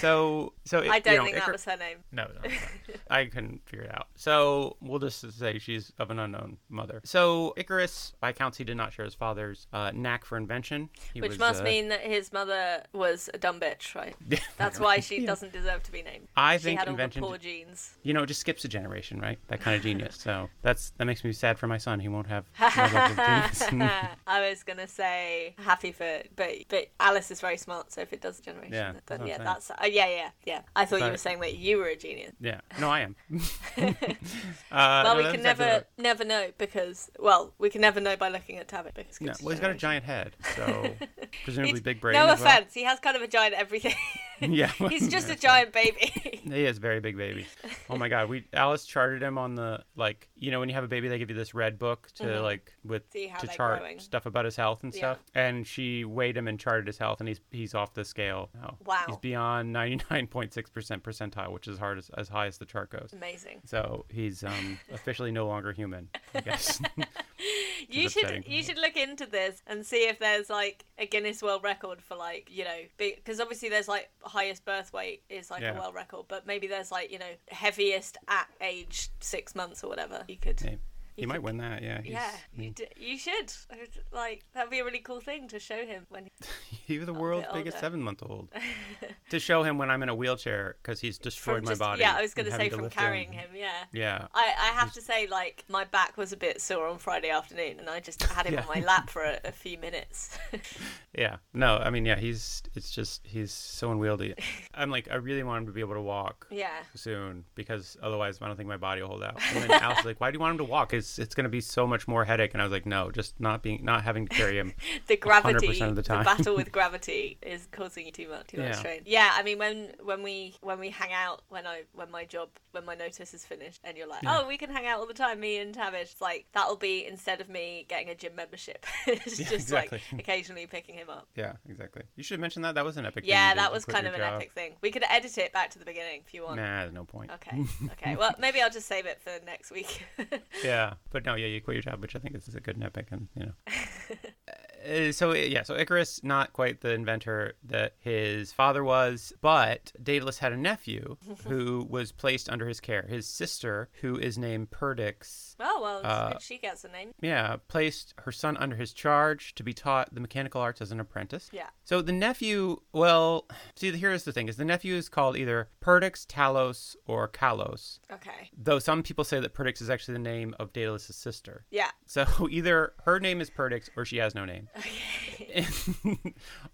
[SPEAKER 3] So, so it,
[SPEAKER 2] I don't
[SPEAKER 3] you know,
[SPEAKER 2] think that
[SPEAKER 3] Icar-
[SPEAKER 2] was her name.
[SPEAKER 3] No, no, no. I couldn't figure it out. So we'll just say she's of an unknown mother. So Icarus, by accounts, he did not share his father's uh, knack for invention, he
[SPEAKER 2] Which
[SPEAKER 3] was,
[SPEAKER 2] must
[SPEAKER 3] uh,
[SPEAKER 2] mean that his mother was a dumb bitch, right? That's why she doesn't deserve to be named.
[SPEAKER 3] I
[SPEAKER 2] she
[SPEAKER 3] think
[SPEAKER 2] had all
[SPEAKER 3] invention.
[SPEAKER 2] the poor genes.
[SPEAKER 3] you know, it just skips a generation, right? That kind of genius. So that's that makes me sad for my son. He won't have. my level of genius.
[SPEAKER 2] I was gonna say happy for, it, but but Alice is very smart, so if it does generation,
[SPEAKER 3] Yeah, that's what
[SPEAKER 2] then
[SPEAKER 3] I'm
[SPEAKER 2] yeah,
[SPEAKER 3] saying.
[SPEAKER 2] that's uh, yeah, yeah, yeah. I thought you
[SPEAKER 3] But-
[SPEAKER 2] were saying that you were a genius.
[SPEAKER 3] yeah. No, I am. uh,
[SPEAKER 2] Well,
[SPEAKER 3] no,
[SPEAKER 2] we
[SPEAKER 3] that's
[SPEAKER 2] can
[SPEAKER 3] exactly
[SPEAKER 2] never
[SPEAKER 3] right.
[SPEAKER 2] never know because well, we can never know by looking at Tabitha. because
[SPEAKER 3] No,
[SPEAKER 2] it's
[SPEAKER 3] well, he's got a
[SPEAKER 2] generation.
[SPEAKER 3] giant head, so presumably
[SPEAKER 2] He's-
[SPEAKER 3] big brain.
[SPEAKER 2] No
[SPEAKER 3] as well.
[SPEAKER 2] offense, he has kind of a giant everything.
[SPEAKER 3] Yeah.
[SPEAKER 2] He's just a giant baby.
[SPEAKER 3] He is a very big baby. Oh my god, we Alice charted him on the like you know when you have a baby they give you this red book to like with
[SPEAKER 2] Mm-hmm. See how
[SPEAKER 3] to
[SPEAKER 2] they're
[SPEAKER 3] chart
[SPEAKER 2] growing.
[SPEAKER 3] stuff about his health and
[SPEAKER 2] Yeah.
[SPEAKER 3] stuff. And she weighed him and charted his health and he's he's off the scale now. He's
[SPEAKER 2] Wow.
[SPEAKER 3] beyond ninety nine point six percent percentile, which is hard as, as high as the chart goes.
[SPEAKER 2] Amazing.
[SPEAKER 3] So he's um officially no longer human, I guess.
[SPEAKER 2] You
[SPEAKER 3] is
[SPEAKER 2] should
[SPEAKER 3] upsetting.
[SPEAKER 2] you should look into this and see if there's like a Guinness World Record for like you know because obviously there's like highest birth weight is like
[SPEAKER 3] Yeah.
[SPEAKER 2] a world record, but maybe there's like you know heaviest at age six months or whatever. You could
[SPEAKER 3] Hey, He might win that. Yeah. he's-
[SPEAKER 2] yeah,
[SPEAKER 3] I mean,
[SPEAKER 2] you, d- you should. It's Like that'd be a really cool thing to show him when.
[SPEAKER 3] he
[SPEAKER 2] Oh,
[SPEAKER 3] was the world's biggest
[SPEAKER 2] older.
[SPEAKER 3] seven-month-old. to show him when I'm in a wheelchair because he's destroyed
[SPEAKER 2] from
[SPEAKER 3] my
[SPEAKER 2] just-
[SPEAKER 3] body.
[SPEAKER 2] Yeah, I was
[SPEAKER 3] and
[SPEAKER 2] gonna
[SPEAKER 3] having
[SPEAKER 2] say
[SPEAKER 3] to
[SPEAKER 2] from
[SPEAKER 3] lift
[SPEAKER 2] carrying him. Yeah.
[SPEAKER 3] Yeah.
[SPEAKER 2] I, I have to say, like, my back was a bit sore on Friday afternoon, and I just had him
[SPEAKER 3] Yeah.
[SPEAKER 2] on my lap for a, a few minutes.
[SPEAKER 3] Yeah. No, I mean, yeah, he's, it's just, he's so unwieldy. I'm like, I really want him to be able to walk
[SPEAKER 2] yeah.
[SPEAKER 3] soon because otherwise I don't think my body will hold out. And then Alice was like, why do you want him to walk? It's, it's going to be so much more headache. And I was like, no, just not being, not having to carry him.
[SPEAKER 2] the gravity
[SPEAKER 3] 100% of the time.
[SPEAKER 2] battle with gravity is causing you too much too much
[SPEAKER 3] Yeah.
[SPEAKER 2] strain yeah i mean when when we when we hang out when i when my job when my notice is finished and you're like
[SPEAKER 3] Yeah.
[SPEAKER 2] oh we can hang out all the time me and tavish it's like that'll be instead of me getting a gym membership it's
[SPEAKER 3] Yeah,
[SPEAKER 2] just
[SPEAKER 3] exactly.
[SPEAKER 2] like occasionally picking him up
[SPEAKER 3] Yeah, exactly. You should mention that. That was an epic thing you
[SPEAKER 2] yeah
[SPEAKER 3] did
[SPEAKER 2] that
[SPEAKER 3] to
[SPEAKER 2] was
[SPEAKER 3] quit
[SPEAKER 2] kind
[SPEAKER 3] your
[SPEAKER 2] of an
[SPEAKER 3] job.
[SPEAKER 2] epic thing we could edit it back to the beginning if you want
[SPEAKER 3] Nah, there's no point.
[SPEAKER 2] okay okay well maybe i'll just save it for next week
[SPEAKER 3] yeah, but no, yeah, you quit your job, which I think is a good and epic, and you know. Uh, so yeah, so Icarus not quite the inventor that his father was, but Daedalus had a nephew who was placed under his care. His sister, who is named Perdix,
[SPEAKER 2] oh well it's
[SPEAKER 3] Uh,
[SPEAKER 2] good she gets a name
[SPEAKER 3] yeah, placed her son under his charge to be taught the mechanical arts as an apprentice.
[SPEAKER 2] Yeah.
[SPEAKER 3] So the nephew, well, see, here's the thing: is the nephew is called either Perdix, Talos, or Kalos.
[SPEAKER 2] okay
[SPEAKER 3] Though some people say that Perdix is actually the name of Daedalus' sister.
[SPEAKER 2] yeah
[SPEAKER 3] So either her name is Perdix or she has no name.
[SPEAKER 2] okay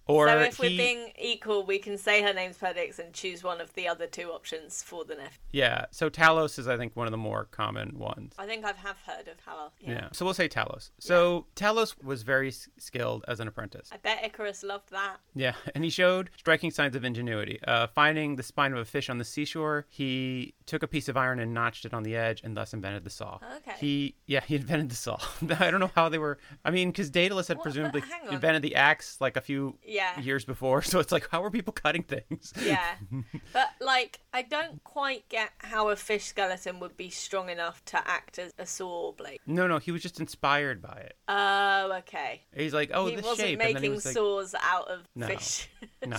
[SPEAKER 3] or
[SPEAKER 2] so if
[SPEAKER 3] he-
[SPEAKER 2] we're being equal, we can say her name's Perdix and choose one of the other two options for the nephew.
[SPEAKER 3] yeah, so Talos is I think one of the more common ones.
[SPEAKER 2] I think I have heard of Halal. Oh, Yeah.
[SPEAKER 3] Yeah. So we'll say Talos. So Talos was very s- skilled as an apprentice.
[SPEAKER 2] I bet Icarus loved that.
[SPEAKER 3] Yeah, and he showed striking signs of ingenuity. Uh, finding the spine of a fish on the seashore, he took a piece of iron and notched it on the edge, and thus invented the saw.
[SPEAKER 2] Okay.
[SPEAKER 3] He, yeah, he invented the saw. I don't know how they were. I mean, because Daedalus had
[SPEAKER 2] What? But
[SPEAKER 3] presumably
[SPEAKER 2] hang on.
[SPEAKER 3] invented the axe like a few
[SPEAKER 2] Yeah.
[SPEAKER 3] years before, so it's like, how were people cutting things?
[SPEAKER 2] Yeah. but like I don't quite get how a fish skeleton would be strong enough to act as a saw blade.
[SPEAKER 3] No, no, he was just inspired by it.
[SPEAKER 2] Oh, okay.
[SPEAKER 3] He's like, oh,
[SPEAKER 2] he
[SPEAKER 3] this
[SPEAKER 2] wasn't
[SPEAKER 3] shape, and then he
[SPEAKER 2] making
[SPEAKER 3] was like,
[SPEAKER 2] saws out of
[SPEAKER 3] No.
[SPEAKER 2] fish.
[SPEAKER 3] no.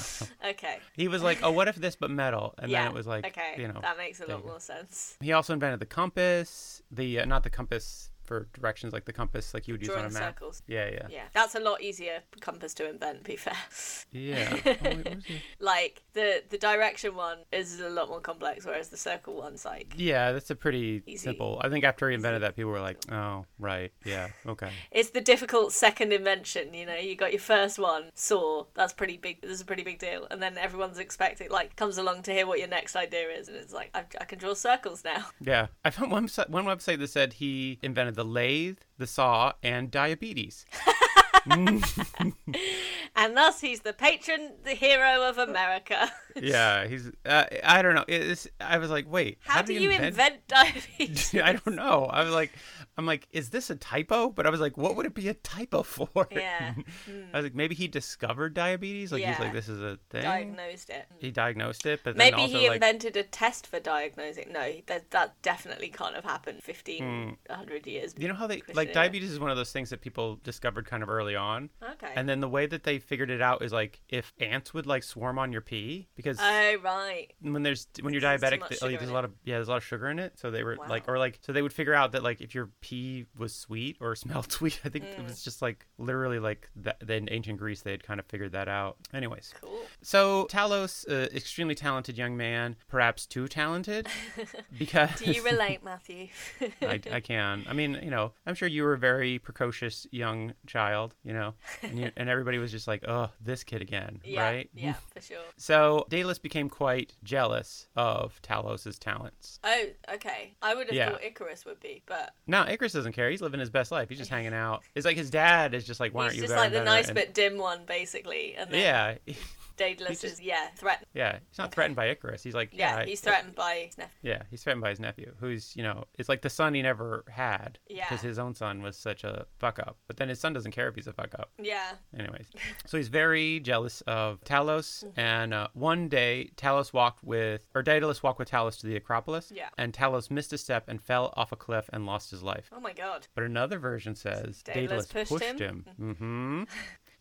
[SPEAKER 2] okay.
[SPEAKER 3] He was like, oh, what if this but metal? And
[SPEAKER 2] yeah.
[SPEAKER 3] then it was like,
[SPEAKER 2] okay.
[SPEAKER 3] you know,
[SPEAKER 2] that makes a
[SPEAKER 3] there you
[SPEAKER 2] lot
[SPEAKER 3] go.
[SPEAKER 2] more sense.
[SPEAKER 3] He also invented the compass, the uh, not the compass for directions, like the compass like you would use on
[SPEAKER 2] Drawing
[SPEAKER 3] a map.
[SPEAKER 2] circles.
[SPEAKER 3] Yeah, yeah,
[SPEAKER 2] Yeah, that's a lot easier compass to invent. To be fair.
[SPEAKER 3] yeah. Oh, wait, what was it?
[SPEAKER 2] like the the direction one is a lot more complex whereas the circle one's like
[SPEAKER 3] yeah, that's a pretty
[SPEAKER 2] Easy.
[SPEAKER 3] simple. I think after he invented that, people were like, oh, right, yeah, okay.
[SPEAKER 2] it's the difficult second invention you know you got your first one saw that's pretty big this is a pretty big deal and then everyone's expecting like comes along to hear what your next idea is and it's like i, I can draw circles now
[SPEAKER 3] Yeah, I found one website, one website that said he invented the lathe, the saw, and diabetes.
[SPEAKER 2] and thus he's the patron the hero of america
[SPEAKER 3] yeah, he's. Uh, I don't know. It's, I was like, wait,
[SPEAKER 2] how, do you invent, diabetes
[SPEAKER 3] I don't know. I was like, I'm like, is this a typo? But I was like, what would it be a typo for?
[SPEAKER 2] Yeah.
[SPEAKER 3] I was like, maybe he discovered diabetes. Like he's
[SPEAKER 2] Yeah.
[SPEAKER 3] like, this is a thing.
[SPEAKER 2] diagnosed it
[SPEAKER 3] he diagnosed it, but
[SPEAKER 2] Maybe
[SPEAKER 3] then also
[SPEAKER 2] he
[SPEAKER 3] like,
[SPEAKER 2] invented a test for diagnosing. No, that that definitely can't have happened 15, 100 years.
[SPEAKER 3] Hmm. you know how they
[SPEAKER 2] Christian,
[SPEAKER 3] like
[SPEAKER 2] yeah.
[SPEAKER 3] diabetes is one of those things that people discovered kind of early on.
[SPEAKER 2] Okay.
[SPEAKER 3] And then the way that they figured it out is like if ants would like swarm on your pee because
[SPEAKER 2] Oh right.
[SPEAKER 3] when there's when you're
[SPEAKER 2] Because there's too
[SPEAKER 3] diabetic,
[SPEAKER 2] much
[SPEAKER 3] th- oh,
[SPEAKER 2] sugar
[SPEAKER 3] there's
[SPEAKER 2] in
[SPEAKER 3] a
[SPEAKER 2] it.
[SPEAKER 3] lot of yeah, there's a lot of sugar in it. So they were like,
[SPEAKER 2] Wow.
[SPEAKER 3] or like, so they would figure out that like if your pee was sweet or smelled sweet, I think
[SPEAKER 2] Mm.
[SPEAKER 3] it was just like literally like that. Then ancient Greece, they had kind of figured that out. Anyways,
[SPEAKER 2] Cool.
[SPEAKER 3] so Talos, uh, extremely talented young man, perhaps too talented, because
[SPEAKER 2] Do you relate, Matthew?
[SPEAKER 3] I, I can. I mean, you know, I'm sure you were a very precocious young child, you know, and, you, and everybody was just like, oh, this kid again,
[SPEAKER 2] yeah,
[SPEAKER 3] right? Hmm.
[SPEAKER 2] Yeah, for sure.
[SPEAKER 3] So Daedalus became quite jealous of Talos's talents.
[SPEAKER 2] Oh, okay. I would have
[SPEAKER 3] Yeah.
[SPEAKER 2] thought Icarus would be, but
[SPEAKER 3] No, Icarus doesn't care. He's living his best life. He's just hanging out. It's like his dad is just like, why aren't
[SPEAKER 2] he's
[SPEAKER 3] you
[SPEAKER 2] just
[SPEAKER 3] better
[SPEAKER 2] like the
[SPEAKER 3] and
[SPEAKER 2] nice
[SPEAKER 3] better?"
[SPEAKER 2] but dim one, basically. And
[SPEAKER 3] And-
[SPEAKER 2] then
[SPEAKER 3] yeah,
[SPEAKER 2] Daedalus
[SPEAKER 3] just-
[SPEAKER 2] is yeah threatened.
[SPEAKER 3] yeah. He's not threatened by Icarus. He's like,
[SPEAKER 2] Yeah,
[SPEAKER 3] yeah, I-
[SPEAKER 2] he's threatened by his nephew.
[SPEAKER 3] Yeah, he's threatened by his nephew, who's you know, it's like the son he never had.
[SPEAKER 2] Yeah.
[SPEAKER 3] because his own son was such a fuck up. But then his son doesn't care if he's a fuck up.
[SPEAKER 2] Yeah.
[SPEAKER 3] Anyways, so he's very jealous of Talos,
[SPEAKER 2] Mm-hmm.
[SPEAKER 3] and uh, one day Talos walked with, or Daedalus walked with Talos to the Acropolis,
[SPEAKER 2] Yeah.
[SPEAKER 3] and Talos missed a step and fell off a cliff and lost his life.
[SPEAKER 2] Oh my god.
[SPEAKER 3] But another version says Daedalus,
[SPEAKER 2] Daedalus pushed
[SPEAKER 3] pushed, him.
[SPEAKER 2] him?
[SPEAKER 3] hmm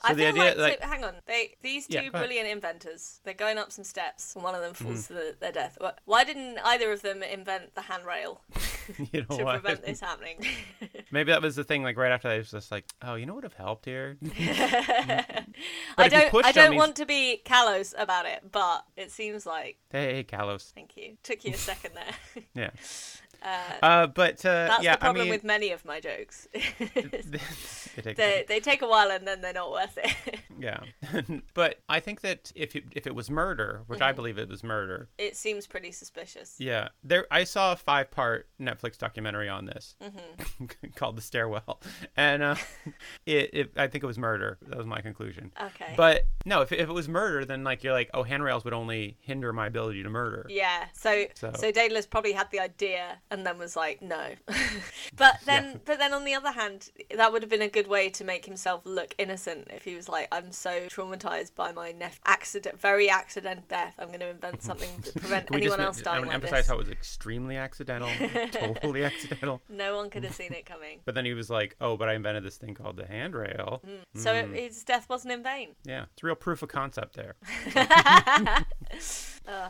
[SPEAKER 2] I feel like, so, hang on, they these two
[SPEAKER 3] Yeah, go ahead. Mm.
[SPEAKER 2] brilliant inventors. They're going up some steps, and one of them falls to the, their death. Wh- Why didn't either of them invent the handrail
[SPEAKER 3] you know
[SPEAKER 2] to
[SPEAKER 3] what?
[SPEAKER 2] prevent this happening?
[SPEAKER 3] Maybe that was the thing. Like right after that, it was just like, oh, you know what would have helped here?
[SPEAKER 2] I
[SPEAKER 3] if you
[SPEAKER 2] don't.
[SPEAKER 3] push
[SPEAKER 2] I
[SPEAKER 3] them,
[SPEAKER 2] don't
[SPEAKER 3] he's-
[SPEAKER 2] want to be callous about it, but it seems like.
[SPEAKER 3] hey, hey, Kalos.
[SPEAKER 2] Thank you. Took you a second there.
[SPEAKER 3] Yeah.
[SPEAKER 2] Uh,
[SPEAKER 3] Uh, but uh,
[SPEAKER 2] that's
[SPEAKER 3] yeah,
[SPEAKER 2] the problem
[SPEAKER 3] I mean,
[SPEAKER 2] with many of my jokes.
[SPEAKER 3] It takes
[SPEAKER 2] they they take a while and then they're not worth it.
[SPEAKER 3] Yeah, but I think that if it, if it was murder, which I
[SPEAKER 2] Mm-hmm.
[SPEAKER 3] believe it was murder,
[SPEAKER 2] it seems pretty suspicious.
[SPEAKER 3] yeah, there I saw a five part Netflix documentary on this
[SPEAKER 2] Mm-hmm.
[SPEAKER 3] called The Stairwell, and uh, it, it I think it was murder. That was my conclusion.
[SPEAKER 2] Okay.
[SPEAKER 3] But no, if, if it was murder, then like you're like, oh, handrails would only hinder my ability to murder.
[SPEAKER 2] Yeah. So, so
[SPEAKER 3] So-
[SPEAKER 2] Daedalus probably had the idea and then was like, no. but then but then on the other hand, that would have been a good way to make himself look innocent if he was like, I'm so traumatized by my nef- accident very accident death. I'm gonna invent something to prevent
[SPEAKER 3] Can we just
[SPEAKER 2] anyone
[SPEAKER 3] ma-
[SPEAKER 2] else
[SPEAKER 3] I want to
[SPEAKER 2] dying. Like
[SPEAKER 3] emphasize
[SPEAKER 2] this.
[SPEAKER 3] how it was extremely accidental, totally accidental.
[SPEAKER 2] No one could have seen it coming.
[SPEAKER 3] But then he was like, oh, but I invented this thing called the handrail.
[SPEAKER 2] So
[SPEAKER 3] Hmm.
[SPEAKER 2] it, his death wasn't in vain.
[SPEAKER 3] Yeah, it's real proof of concept there.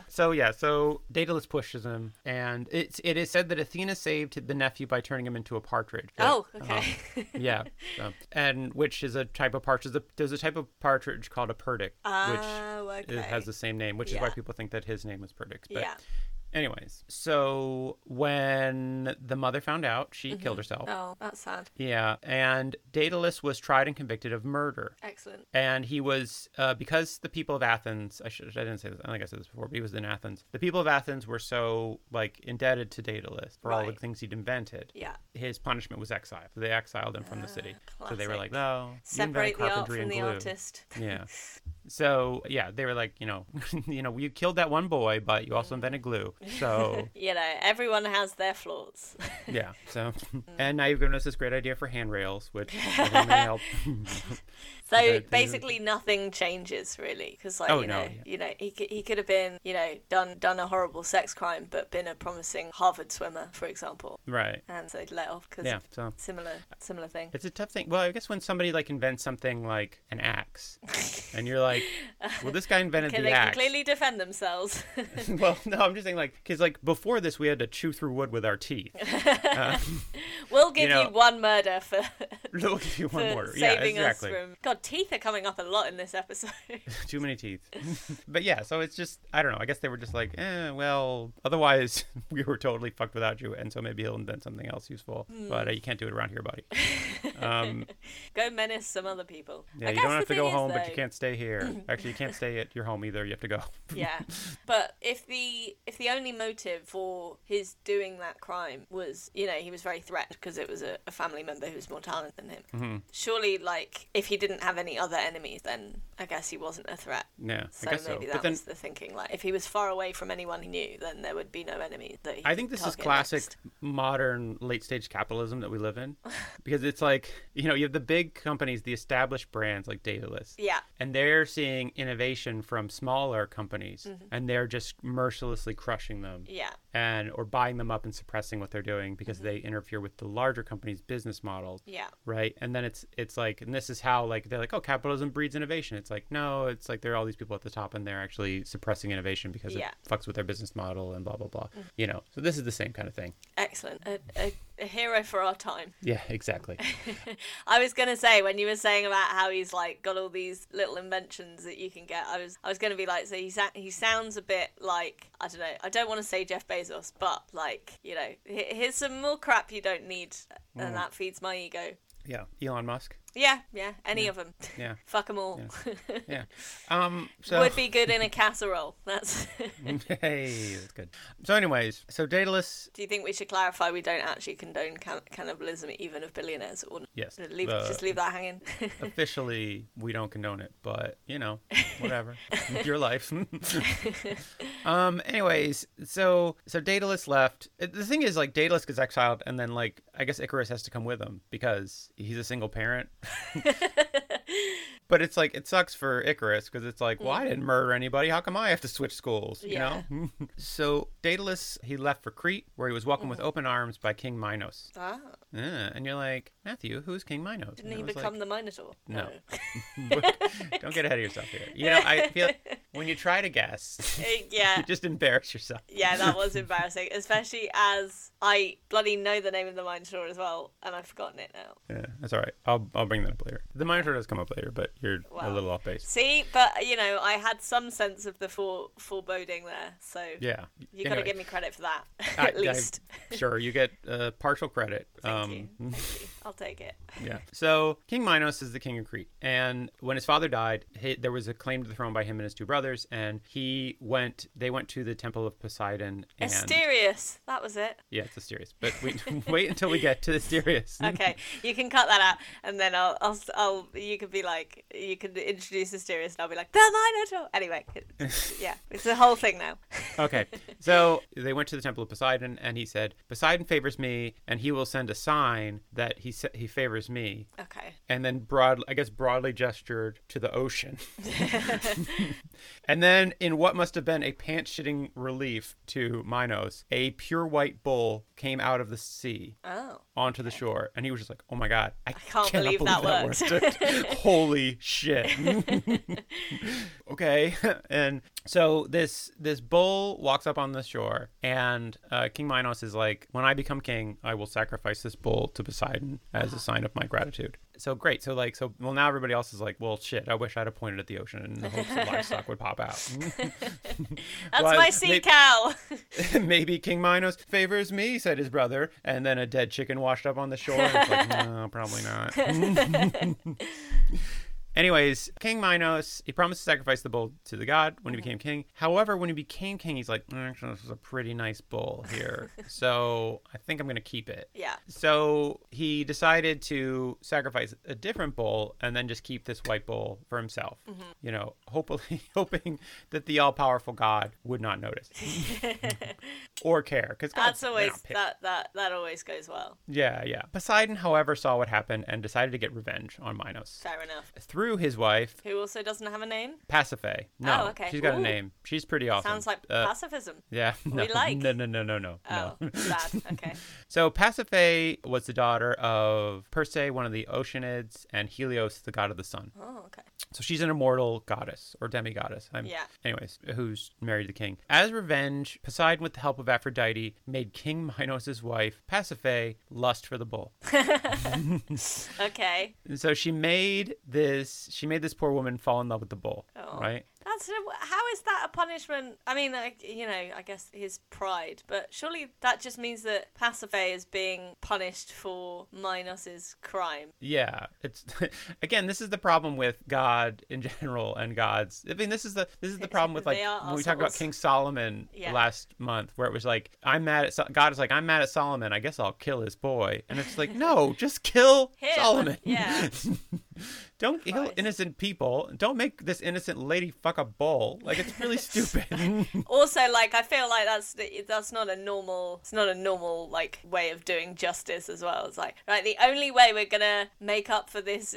[SPEAKER 3] so yeah, so Daedalus pushes him, and it's it is said that Athena saved the nephew by turning him into a partridge.
[SPEAKER 2] Oh,
[SPEAKER 3] But,
[SPEAKER 2] okay.
[SPEAKER 3] um, yeah, so- and which is a type of partridge. There's a type of partridge called a purdick,
[SPEAKER 2] Oh,
[SPEAKER 3] which
[SPEAKER 2] okay.
[SPEAKER 3] it has the same name, which is why
[SPEAKER 2] Yeah.
[SPEAKER 3] people think that his name was Perdix. But
[SPEAKER 2] Yeah.
[SPEAKER 3] anyways, so when the mother found out, she killed herself.
[SPEAKER 2] Oh, that's sad.
[SPEAKER 3] Yeah, and Daedalus was tried and convicted of murder
[SPEAKER 2] Excellent.
[SPEAKER 3] and he was uh, because the people of Athens. I should I didn't say this. I think I said this before, but he was in Athens. The people of Athens were so like indebted to Daedalus for all the
[SPEAKER 2] Right.
[SPEAKER 3] things he'd invented.
[SPEAKER 2] Yeah.
[SPEAKER 3] His punishment was exile. So they exiled him from the city. So they were
[SPEAKER 2] Ah,
[SPEAKER 3] like,
[SPEAKER 2] classic.
[SPEAKER 3] no, you invented
[SPEAKER 2] Separate the art
[SPEAKER 3] carpentry
[SPEAKER 2] from
[SPEAKER 3] and
[SPEAKER 2] the
[SPEAKER 3] glue."
[SPEAKER 2] artist.
[SPEAKER 3] Yeah. So yeah, they were like, you know, you know, you killed that one boy, but you also invented glue. So
[SPEAKER 2] You know, everyone has their flaws.
[SPEAKER 3] yeah. So
[SPEAKER 2] Mm.
[SPEAKER 3] and now you've given us this great idea for handrails, which I think may help.
[SPEAKER 2] So
[SPEAKER 3] that the-
[SPEAKER 2] basically, nothing changes really, because like
[SPEAKER 3] Oh,
[SPEAKER 2] you
[SPEAKER 3] no,
[SPEAKER 2] know,
[SPEAKER 3] yeah.
[SPEAKER 2] you know, he could, he could have been you know done done a horrible sex crime, but been a promising Harvard swimmer, for example,
[SPEAKER 3] right.
[SPEAKER 2] and so they'd let off because
[SPEAKER 3] Yeah. So
[SPEAKER 2] similar similar thing.
[SPEAKER 3] It's a tough thing. Well, I guess when somebody like invents something like an axe, and you're like, "Well, this guy invented
[SPEAKER 2] Okay,
[SPEAKER 3] the
[SPEAKER 2] they
[SPEAKER 3] axe."
[SPEAKER 2] can clearly defend themselves.
[SPEAKER 3] well, no, I'm just saying like, because like before this, we had to chew through wood with our teeth. Um,
[SPEAKER 2] we'll give you,
[SPEAKER 3] Uh, know-
[SPEAKER 2] one murder for,
[SPEAKER 3] Look at you, one
[SPEAKER 2] for
[SPEAKER 3] more. Yeah,
[SPEAKER 2] saving
[SPEAKER 3] exactly.
[SPEAKER 2] us from. God, teeth are coming up a lot in this episode.
[SPEAKER 3] Too many teeth. but yeah, so it's just I don't know. I guess they were just like, eh, well, otherwise we were totally fucked without you, and so maybe he'll invent something else useful. But uh,
[SPEAKER 2] Hmm.
[SPEAKER 3] you can't do it around here, buddy. Um,
[SPEAKER 2] go menace some other people.
[SPEAKER 3] yeah,
[SPEAKER 2] I
[SPEAKER 3] you
[SPEAKER 2] guess
[SPEAKER 3] don't
[SPEAKER 2] the
[SPEAKER 3] have to
[SPEAKER 2] thing
[SPEAKER 3] go
[SPEAKER 2] is,
[SPEAKER 3] home, but
[SPEAKER 2] though-
[SPEAKER 3] you can't stay here. Actually, you can't stay at your home either. You have to go.
[SPEAKER 2] yeah but if the if the only motive for his doing that crime was you know he was very threatened because it was a, a family member who was more talented than him
[SPEAKER 3] Mm-hmm.
[SPEAKER 2] surely like if he didn't have any other enemies then i guess he wasn't a threat
[SPEAKER 3] Yeah,
[SPEAKER 2] so
[SPEAKER 3] I guess so.
[SPEAKER 2] maybe that
[SPEAKER 3] but then
[SPEAKER 2] was the thinking like if he was far away from anyone he knew then there would be no enemy that he
[SPEAKER 3] I
[SPEAKER 2] could
[SPEAKER 3] think this is
[SPEAKER 2] target
[SPEAKER 3] classic
[SPEAKER 2] next.
[SPEAKER 3] modern late stage capitalism that we live in because it's like, you know, you have the big companies, the established brands like Daedalus.
[SPEAKER 2] yeah
[SPEAKER 3] And they're seeing innovation from smaller companies and they're just mercilessly crushing them
[SPEAKER 2] Mm-hmm. yeah Mm-hmm.
[SPEAKER 3] and or buying them up and suppressing what they're doing because they interfere with the larger companies' business models.
[SPEAKER 2] yeah
[SPEAKER 3] Right. And then it's it's like and this is how like they're like, Oh, capitalism breeds innovation. It's like, no, it's like there are all these people at the top and they're actually suppressing innovation because
[SPEAKER 2] Yeah. Mm-hmm.
[SPEAKER 3] it fucks with their business model and blah blah blah. You know. So this is the same kind of thing.
[SPEAKER 2] excellent a, a, a hero for our time
[SPEAKER 3] Yeah, exactly.
[SPEAKER 2] I was gonna say when you were saying about how he's like got all these little inventions that you can get. I was I was gonna be like, so he sa- he sounds a bit like I don't know. I don't want to say Jeff Bezos, but like you know, he- here's some more crap you don't need,
[SPEAKER 3] Mm.
[SPEAKER 2] and that feeds my ego.
[SPEAKER 3] Yeah. Elon Musk.
[SPEAKER 2] Yeah, yeah, any of 'em. of them.
[SPEAKER 3] Yeah.
[SPEAKER 2] Fuck them all.
[SPEAKER 3] Yeah. Um so
[SPEAKER 2] Would be good in a casserole. That's.
[SPEAKER 3] Hey, that's good. So anyways, so Daedalus
[SPEAKER 2] Do you think we should clarify we don't actually condone can- cannibalism even of billionaires? Or
[SPEAKER 3] Yes,
[SPEAKER 2] leave,
[SPEAKER 3] the-
[SPEAKER 2] just leave that hanging.
[SPEAKER 3] officially we don't condone it, but you know, whatever. Your life. um anyways, so so Daedalus left. Uh, The thing is like Daedalus gets exiled and then like I guess Icarus has to come with him because he's a single parent. but it's like it sucks for Icarus because it's like, well, I didn't murder anybody. How come I have to switch schools, you
[SPEAKER 2] Mm-hmm. Yeah.
[SPEAKER 3] know? so Daedalus, he left for Crete where he was welcomed
[SPEAKER 2] Mm-hmm.
[SPEAKER 3] with open arms by King Minos.
[SPEAKER 2] ah,
[SPEAKER 3] Uh, and you're like, Matthew, who's King Minos?
[SPEAKER 2] didn't
[SPEAKER 3] And
[SPEAKER 2] he
[SPEAKER 3] I was like,
[SPEAKER 2] become the Minotaur?
[SPEAKER 3] no. Don't get ahead of yourself here. You know, I feel when you try to guess,
[SPEAKER 2] Eh, yeah.
[SPEAKER 3] you just embarrass yourself.
[SPEAKER 2] Yeah, that was embarrassing, especially as I bloody know the name of the mine store as well, and I've forgotten it now.
[SPEAKER 3] Yeah, that's all right. I'll, I'll bring that up later. The monitor does come up later, but you're a
[SPEAKER 2] Wow.
[SPEAKER 3] little off base.
[SPEAKER 2] See, but you know, I had some sense of the fore- foreboding there, so
[SPEAKER 3] Yeah.
[SPEAKER 2] you got to
[SPEAKER 3] Anyway,
[SPEAKER 2] give me credit for that,
[SPEAKER 3] I-
[SPEAKER 2] at
[SPEAKER 3] I-
[SPEAKER 2] least.
[SPEAKER 3] sure, you get uh, partial credit.
[SPEAKER 2] Thank
[SPEAKER 3] um,
[SPEAKER 2] you. Thank you. I'll take it.
[SPEAKER 3] Yeah. So King Minos is the king of Crete, and when his father died, he, there was a claim to the throne by him and his two brothers, and he went. They went to the temple of Poseidon. And,
[SPEAKER 2] Asterius, that was it.
[SPEAKER 3] Yeah, it's Asterius. But we, wait until we get to Asterius.
[SPEAKER 2] Okay, you can cut that out, and then I'll, I'll, I'll, you can be like, you can introduce Asterius, and I'll be like, the Minotaur. Anyway, it- yeah, it's the whole thing now.
[SPEAKER 3] okay. So they went to the temple of Poseidon, and he said, "Poseidon favors me, and he will send a sign that he sa- he favors me."
[SPEAKER 2] Okay.
[SPEAKER 3] And then broad, I guess, broadly gestured to the ocean. And then, in what must have been a pants shitting relief to Minos, a pure white bull came out of the sea
[SPEAKER 2] Oh.
[SPEAKER 3] onto the shore. And he was just like, oh my God, I,
[SPEAKER 2] can't
[SPEAKER 3] cannot
[SPEAKER 2] believe that worked."
[SPEAKER 3] worked. Holy shit. okay. And so this this bull walks up on the shore, and uh, King Minos is like, when I become king, I will sacrifice this bull to Poseidon as a sign of my gratitude. So great. So, like, so, well, now everybody else is like, well, shit, I wish I'd have pointed at the ocean and the hopes of livestock would pop out.
[SPEAKER 2] That's
[SPEAKER 3] Well,
[SPEAKER 2] my sea
[SPEAKER 3] may-
[SPEAKER 2] cow.
[SPEAKER 3] Maybe King Minos favors me, said his brother. And then a dead chicken washed up on the shore. It's like, no, probably not. Anyways, King Minos, he promised to sacrifice the bull to the god when he became king. However, when he became king, he's like, "Mm, actually, this is a pretty nice bull here. so I think I'm going to keep it.
[SPEAKER 2] yeah.
[SPEAKER 3] So he decided to sacrifice a different bull and then just keep this white bull for himself. You know, hopefully hoping that the all-powerful God would not notice or care, because
[SPEAKER 2] That's always that that that always goes well.
[SPEAKER 3] yeah, yeah. Poseidon, however, saw what happened and decided to get revenge on Minos
[SPEAKER 2] Fair enough.
[SPEAKER 3] through his wife
[SPEAKER 2] Who also doesn't have a name?
[SPEAKER 3] Pasiphae. No,
[SPEAKER 2] Oh, okay.
[SPEAKER 3] she's got
[SPEAKER 2] Ooh.
[SPEAKER 3] a name. She's pretty awesome.
[SPEAKER 2] Sounds like
[SPEAKER 3] Uh,
[SPEAKER 2] pacifism.
[SPEAKER 3] yeah, no,
[SPEAKER 2] like.
[SPEAKER 3] no, no, no, no, no,
[SPEAKER 2] Oh,
[SPEAKER 3] no.
[SPEAKER 2] sad. Okay.
[SPEAKER 3] So Pasiphae was the daughter of Perse, one of the Oceanids, and Helios, the god of the sun.
[SPEAKER 2] Oh, okay.
[SPEAKER 3] So she's an immortal goddess or demigoddess. I'm,
[SPEAKER 2] Yeah.
[SPEAKER 3] Anyways, who's married to the king. As revenge, Poseidon, with the help of Aphrodite, made King Minos' wife, Pasiphae, lust for the bull.
[SPEAKER 2] Okay.
[SPEAKER 3] And so she made this she made this poor woman fall in love with the bull.
[SPEAKER 2] Oh.
[SPEAKER 3] Right?
[SPEAKER 2] That's how is that a punishment? I mean, like, you know, I guess his pride, but surely that just means that Pasiphae is being punished for Minos's crime.
[SPEAKER 3] Yeah, it's again. This is the problem with God in general and gods. I mean, this is the this is the problem with like
[SPEAKER 2] They are
[SPEAKER 3] when we talked about
[SPEAKER 2] assholes.
[SPEAKER 3] King Solomon
[SPEAKER 2] Yeah.
[SPEAKER 3] last month, where it was like, "I'm mad at Sol- God is like, I'm mad at Solomon. I guess I'll kill his boy." And it's like, no, just kill
[SPEAKER 2] Him,
[SPEAKER 3] Solomon.
[SPEAKER 2] yeah.
[SPEAKER 3] Don't kill
[SPEAKER 2] Christ.
[SPEAKER 3] innocent people. Don't make this innocent lady fuck a bull. Like it's really stupid.
[SPEAKER 2] Also, like, I feel like that's that's not a normal. It's not a normal like way of doing justice as well. It's like right, the only way we're gonna make up for this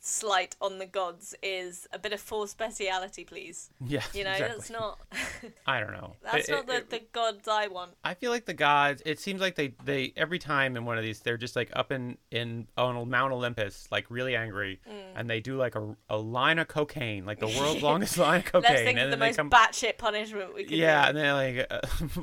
[SPEAKER 2] slight on the gods is a bit of force speciality, please.
[SPEAKER 3] yeah,
[SPEAKER 2] You know,
[SPEAKER 3] exactly.
[SPEAKER 2] that's not
[SPEAKER 3] I don't know.
[SPEAKER 2] that's
[SPEAKER 3] It-
[SPEAKER 2] not the,
[SPEAKER 3] it-
[SPEAKER 2] the gods I want.
[SPEAKER 3] I feel like the gods. It seems like they they every time in one of these, they're just like up in in on Mount Olympus, like really angry,
[SPEAKER 2] Mm.
[SPEAKER 3] and they do like a, a line of cocaine, like the world's longest line of cocaine,
[SPEAKER 2] Let's think
[SPEAKER 3] and
[SPEAKER 2] of the
[SPEAKER 3] then they
[SPEAKER 2] most
[SPEAKER 3] come.
[SPEAKER 2] batshit punishment we could.
[SPEAKER 3] yeah, and
[SPEAKER 2] do.
[SPEAKER 3] then like uh,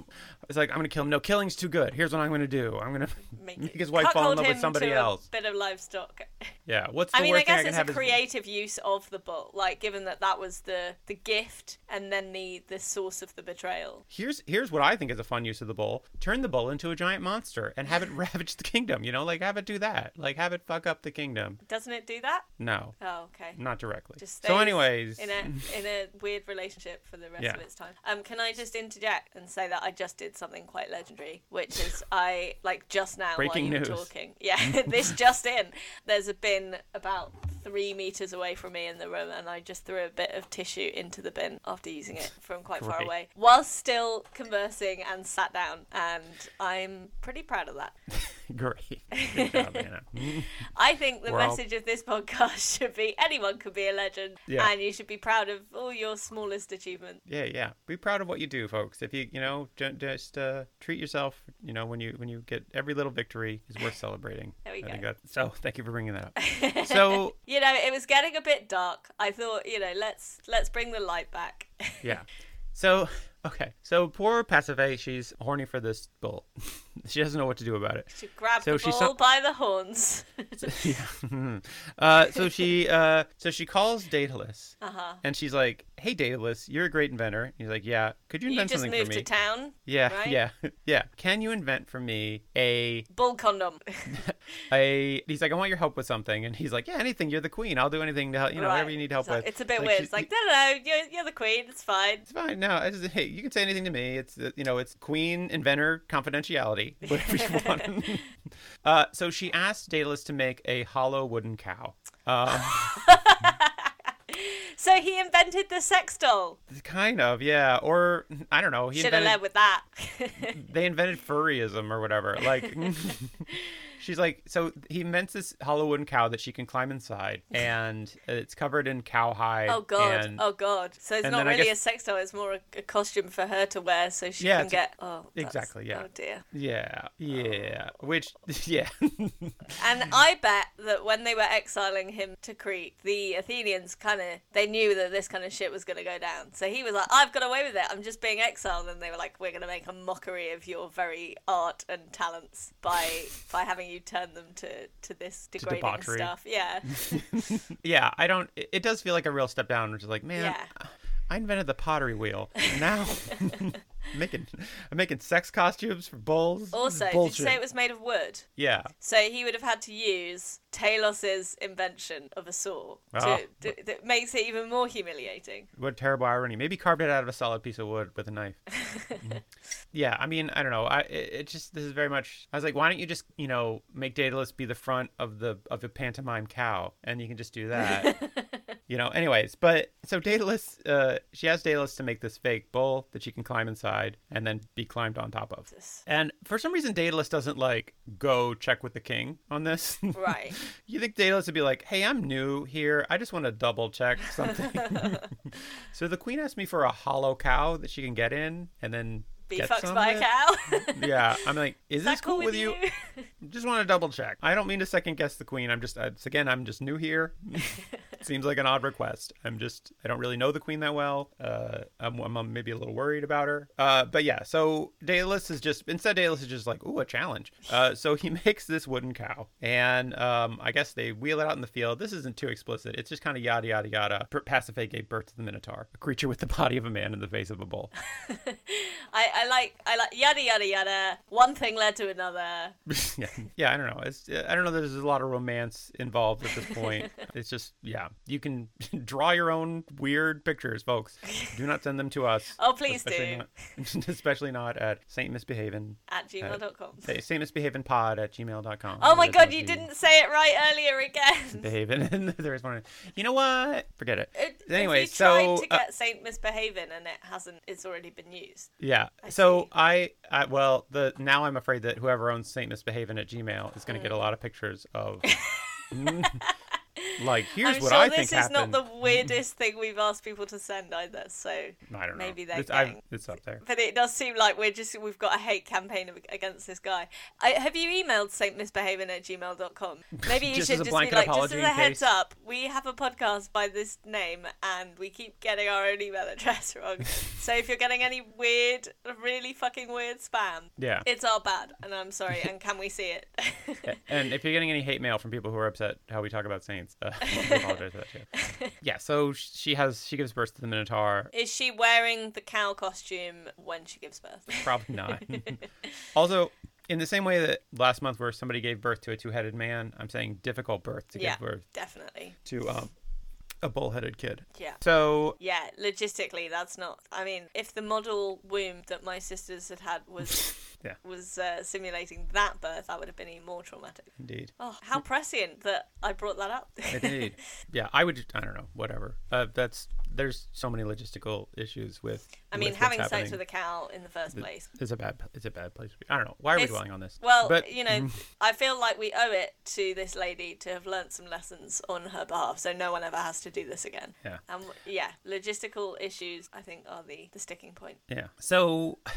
[SPEAKER 3] it's like I'm gonna kill him. No, killing's too good. Here's what I'm gonna do. I'm gonna
[SPEAKER 2] Make
[SPEAKER 3] make,
[SPEAKER 2] it-
[SPEAKER 3] his wife fall in
[SPEAKER 2] cuckold
[SPEAKER 3] love
[SPEAKER 2] him
[SPEAKER 3] with somebody
[SPEAKER 2] to a
[SPEAKER 3] else.
[SPEAKER 2] bit of livestock.
[SPEAKER 3] Yeah, what's the
[SPEAKER 2] I mean, I
[SPEAKER 3] worst
[SPEAKER 2] guess
[SPEAKER 3] thing I
[SPEAKER 2] it's
[SPEAKER 3] can
[SPEAKER 2] a
[SPEAKER 3] have? is-
[SPEAKER 2] creative use of the bull, like given that that was the the gift and then the the source of the betrayal.
[SPEAKER 3] Here's here's what I think is a fun use of the bull. Turn the bull into a giant monster and have it ravage the kingdom. You know, like have it do that. Like have it fuck up the kingdom.
[SPEAKER 2] Doesn't it do that?
[SPEAKER 3] No,
[SPEAKER 2] Oh, okay.
[SPEAKER 3] not directly.
[SPEAKER 2] Just
[SPEAKER 3] so,
[SPEAKER 2] stays
[SPEAKER 3] anyways,
[SPEAKER 2] in a in a weird relationship for the rest
[SPEAKER 3] Yeah.
[SPEAKER 2] of its time. Um, can I just interject and say that I just did something quite legendary, which is I like just now
[SPEAKER 3] Breaking
[SPEAKER 2] while you
[SPEAKER 3] news.
[SPEAKER 2] were talking. Yeah, this just in. There's a bin about three meters away from me in the room, and I just threw a bit of tissue into the bin after using it from quite far
[SPEAKER 3] Great.
[SPEAKER 2] away, while still conversing and sat down, and I'm pretty proud of that.
[SPEAKER 3] Great. Good job, Anna.
[SPEAKER 2] I think the
[SPEAKER 3] We're all-
[SPEAKER 2] message of this podcast should be anyone could be a legend,
[SPEAKER 3] Yeah.
[SPEAKER 2] and you should be proud of all your smallest achievements.
[SPEAKER 3] Yeah, yeah. Be proud of what you do, folks. If you, you know, ju- just uh, treat yourself. You know, when you when you get every little victory is worth celebrating.
[SPEAKER 2] There we
[SPEAKER 3] I think
[SPEAKER 2] go.
[SPEAKER 3] that- so, thank you for bringing that up. so,
[SPEAKER 2] You know, it was getting a bit dark. I thought, you know, let's let's bring the light back.
[SPEAKER 3] yeah. So, okay. So poor Pasiphae, she's horny for this bull. she doesn't know what to do about it.
[SPEAKER 2] She grabbed
[SPEAKER 3] So
[SPEAKER 2] the
[SPEAKER 3] she
[SPEAKER 2] bull
[SPEAKER 3] saw-
[SPEAKER 2] by the horns.
[SPEAKER 3] yeah. uh, so she uh, so she calls Daedalus
[SPEAKER 2] Uh-huh.
[SPEAKER 3] and she's like, "Hey Daedalus, you're a great inventor." He's like, "Yeah, could you
[SPEAKER 2] You
[SPEAKER 3] invent
[SPEAKER 2] just
[SPEAKER 3] something for
[SPEAKER 2] moved
[SPEAKER 3] me?"
[SPEAKER 2] to town.
[SPEAKER 3] yeah,
[SPEAKER 2] right?
[SPEAKER 3] yeah, yeah. Can you invent for me a
[SPEAKER 2] Bull condom.
[SPEAKER 3] a? He's like, "I want your help with something," and he's like, "Yeah, anything. You're the queen. I'll do anything to help. You know, whatever
[SPEAKER 2] Right.
[SPEAKER 3] you need help
[SPEAKER 2] it's like-
[SPEAKER 3] with."
[SPEAKER 2] It's a bit
[SPEAKER 3] Like,
[SPEAKER 2] weird.
[SPEAKER 3] she-
[SPEAKER 2] It's like, no, no, no, you're, you're the queen. It's fine.
[SPEAKER 3] It's fine. No, I just, hey, you can say anything to me. It's uh, you know, it's queen inventor confidentiality, whatever you want. uh, so she asked Daedalus to make a hollow wooden cow. Um,
[SPEAKER 2] So he invented the sex doll.
[SPEAKER 3] kind of, yeah. Or I don't know. He
[SPEAKER 2] Should have
[SPEAKER 3] invented,
[SPEAKER 2] led with that.
[SPEAKER 3] they invented furryism or whatever. Like she's like, so he invents this hollow wooden cow that she can climb inside, and it's covered in cowhide.
[SPEAKER 2] oh god.
[SPEAKER 3] and-
[SPEAKER 2] oh god. So it's
[SPEAKER 3] and
[SPEAKER 2] not
[SPEAKER 3] then I
[SPEAKER 2] really
[SPEAKER 3] guess-
[SPEAKER 2] a sex doll. It's more a, a costume for her to wear, so she
[SPEAKER 3] Yeah,
[SPEAKER 2] can
[SPEAKER 3] it's-
[SPEAKER 2] get. Oh, that's-
[SPEAKER 3] Exactly, yeah.
[SPEAKER 2] Oh dear.
[SPEAKER 3] Yeah, yeah. Which, yeah.
[SPEAKER 2] And I bet that when they were exiling him to Crete, the Athenians kind of they knew that this kind of shit was going to go down. So he was like, "I've got away with it. I'm just being exiled." And they were like, "We're going to make a mockery of your very art and talents by by having you turn them to to this degrading
[SPEAKER 3] debauchery.
[SPEAKER 2] stuff." Yeah,
[SPEAKER 3] yeah, I don't. It, it does feel like a real step down, which is like, man,
[SPEAKER 2] Yeah.
[SPEAKER 3] I invented the pottery wheel. and Now, making, I'm making sex costumes for bulls. This is
[SPEAKER 2] Also, did you
[SPEAKER 3] bullshit.
[SPEAKER 2] say it was made of wood?
[SPEAKER 3] Yeah,
[SPEAKER 2] So he would have had to use Talos's invention of a saw.
[SPEAKER 3] Ah.
[SPEAKER 2] To, to, that makes it even more humiliating.
[SPEAKER 3] what a terrible irony. Maybe carved it out of a solid piece of wood with a knife. Mhm. yeah, I mean, I don't know. I it, it just this is very much. I was like, why don't you just you know make Daedalus be the front of the of a pantomime cow, and you can just do that. you know anyways but so daedalus uh, she has daedalus to make this fake bull that she can climb inside and then be climbed on top of
[SPEAKER 2] Jesus.
[SPEAKER 3] and for some reason daedalus doesn't like go check with the king on this
[SPEAKER 2] Right.
[SPEAKER 3] you think daedalus would be like hey i'm new here i just want to double check something so the queen asked me for a hollow cow that she can get in and then
[SPEAKER 2] Be
[SPEAKER 3] get
[SPEAKER 2] fucked
[SPEAKER 3] some
[SPEAKER 2] by
[SPEAKER 3] of
[SPEAKER 2] a
[SPEAKER 3] it.
[SPEAKER 2] cow.
[SPEAKER 3] yeah i'm like is,
[SPEAKER 2] Is that
[SPEAKER 3] this cool, with you? just want to double check i don't mean to second guess the queen i'm just it's, again i'm just new here seems like an odd request i'm just i don't really know the queen that well uh i'm, I'm maybe a little worried about her uh but yeah so daedalus is just instead daedalus is just like ooh a challenge uh so he makes this wooden cow and um i guess they wheel it out in the field this isn't too explicit it's just kind of yada yada yada P- pasiphae gave birth to the minotaur a creature with the body of a man and the face of a bull
[SPEAKER 2] I, I like I like yada yada yada. One thing led to another.
[SPEAKER 3] yeah, yeah. I don't know. It's I don't know. That there's a lot of romance involved at this point. it's just yeah. You can draw your own weird pictures, folks. Do not send them to us.
[SPEAKER 2] Oh, please do.
[SPEAKER 3] Not, especially not at Saint Misbehaving.
[SPEAKER 2] At gmail.com.
[SPEAKER 3] Saint Misbehaving Pod at gmail.com.
[SPEAKER 2] Oh my
[SPEAKER 3] There is
[SPEAKER 2] god,
[SPEAKER 3] no
[SPEAKER 2] you
[SPEAKER 3] G.
[SPEAKER 2] didn't say it right earlier again.
[SPEAKER 3] Misbehaving. and there is one. You know what? Forget it.
[SPEAKER 2] It,
[SPEAKER 3] Anyway,
[SPEAKER 2] if you tried
[SPEAKER 3] so,
[SPEAKER 2] to
[SPEAKER 3] uh,
[SPEAKER 2] get Saint misbehaving and it hasn't, it's already been used.
[SPEAKER 3] Yeah.
[SPEAKER 2] I
[SPEAKER 3] so
[SPEAKER 2] see.
[SPEAKER 3] I, I, well, the now I'm afraid that whoever owns Saint Misbehaving at Gmail is going to
[SPEAKER 2] Mm.
[SPEAKER 3] get a lot of pictures of. like here's
[SPEAKER 2] I'm
[SPEAKER 3] what
[SPEAKER 2] sure
[SPEAKER 3] I
[SPEAKER 2] this
[SPEAKER 3] think
[SPEAKER 2] is
[SPEAKER 3] happened.
[SPEAKER 2] not the weirdest thing we've asked people to send either. So,
[SPEAKER 3] I don't know.
[SPEAKER 2] Maybe they're
[SPEAKER 3] it's, I've-
[SPEAKER 2] getting-
[SPEAKER 3] it's up there.
[SPEAKER 2] but it does seem like we're just we've got a hate campaign ag- against this guy. I, have you emailed Saint Misbehaving at gmail.com? Maybe you
[SPEAKER 3] Just
[SPEAKER 2] should
[SPEAKER 3] as a
[SPEAKER 2] just be like,
[SPEAKER 3] blanket
[SPEAKER 2] just
[SPEAKER 3] apology
[SPEAKER 2] as a
[SPEAKER 3] in
[SPEAKER 2] heads
[SPEAKER 3] case.
[SPEAKER 2] up, we have a podcast by this name, and we keep getting our own email address wrong. so if you're getting any weird, really fucking weird spam,
[SPEAKER 3] Yeah.
[SPEAKER 2] it's all bad, and I'm sorry. And can we see it?
[SPEAKER 3] and if you're getting any hate mail from people who are upset how we talk about saints, uh, we apologize for that too. Yeah. So sh- she has she gives birth to the Minotaur.
[SPEAKER 2] Is she wearing the cow costume when she gives birth?
[SPEAKER 3] Probably not. also, in the same way that last month where somebody gave birth to a two-headed man, I'm saying difficult birth to
[SPEAKER 2] yeah,
[SPEAKER 3] give birth
[SPEAKER 2] definitely.
[SPEAKER 3] to um, a bull-headed kid.
[SPEAKER 2] Yeah.
[SPEAKER 3] So
[SPEAKER 2] Yeah, logistically, that's not. I mean, if the model womb that my sisters had had was
[SPEAKER 3] Yeah.
[SPEAKER 2] was uh, simulating that birth, that would have been even more traumatic.
[SPEAKER 3] indeed.
[SPEAKER 2] Oh, how prescient that I brought that up.
[SPEAKER 3] Indeed. yeah, I would. I don't know. Whatever. Uh, that's there's so many logistical issues with.
[SPEAKER 2] I mean,
[SPEAKER 3] with what's
[SPEAKER 2] having sex
[SPEAKER 3] happening.
[SPEAKER 2] with a cow in the first place.
[SPEAKER 3] is a bad. It's a bad place. to be. I don't know. Why are we
[SPEAKER 2] It's-
[SPEAKER 3] dwelling on this?
[SPEAKER 2] Well,
[SPEAKER 3] but mm.
[SPEAKER 2] you know, I feel like we owe it to this lady to have learnt some lessons on her behalf, so no one ever has to do this again.
[SPEAKER 3] Yeah.
[SPEAKER 2] And w- yeah, logistical issues I think are the, the sticking point.
[SPEAKER 3] Yeah. So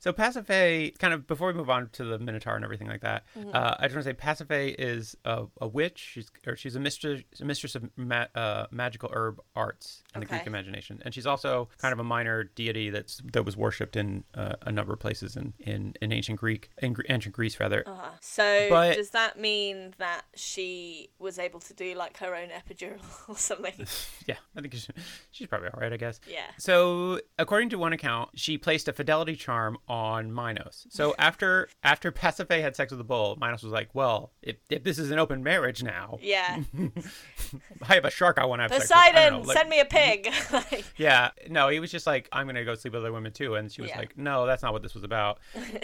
[SPEAKER 3] So Pasiphae, kind of before we move on to the Minotaur and everything like that,
[SPEAKER 2] Mm-hmm.
[SPEAKER 3] uh, I just want to say Pasiphae is a, a witch. She's or she's a mistress, a mistress of ma- uh, magical herb arts in the
[SPEAKER 2] Okay.
[SPEAKER 3] Greek imagination, and she's also kind of a minor deity that's that was worshipped in uh, a number of places in, in, in ancient Greek, in Gre- ancient Greece rather.
[SPEAKER 2] Uh-huh. So
[SPEAKER 3] But-
[SPEAKER 2] does that mean that she was able to do like her own epidural or something?
[SPEAKER 3] Yeah, I think she's, she's probably all right, I guess.
[SPEAKER 2] Yeah.
[SPEAKER 3] So, according to one account, she placed a fidelity charm on Minos. So after after Pasiphae had sex with the bull, Minos was like, "Well, if, if this is an open marriage now,
[SPEAKER 2] Yeah.
[SPEAKER 3] I have a shark I want to have sex with." I don't
[SPEAKER 2] Poseidon,
[SPEAKER 3] know, like-
[SPEAKER 2] send me a pig. Like,
[SPEAKER 3] yeah, no, he was just like, I'm gonna go sleep with other women too, and she was
[SPEAKER 2] Yeah.
[SPEAKER 3] like, No, that's not what this was about,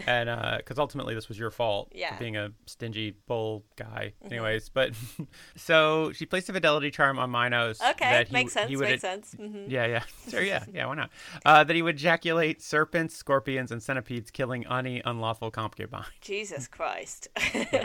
[SPEAKER 3] and because ultimately this was your fault, for
[SPEAKER 2] Yeah. Mm-hmm.
[SPEAKER 3] being a stingy bull guy. Anyways, but so she placed a fidelity charm on Minos.
[SPEAKER 2] okay,
[SPEAKER 3] that he,
[SPEAKER 2] makes sense.
[SPEAKER 3] He would
[SPEAKER 2] makes sense. hmm
[SPEAKER 3] yeah, yeah. Sure, yeah, yeah, why not? Uh, that he would ejaculate serpents, scorpions, and centipedes, killing any unlawful concubine.
[SPEAKER 2] Jesus Christ.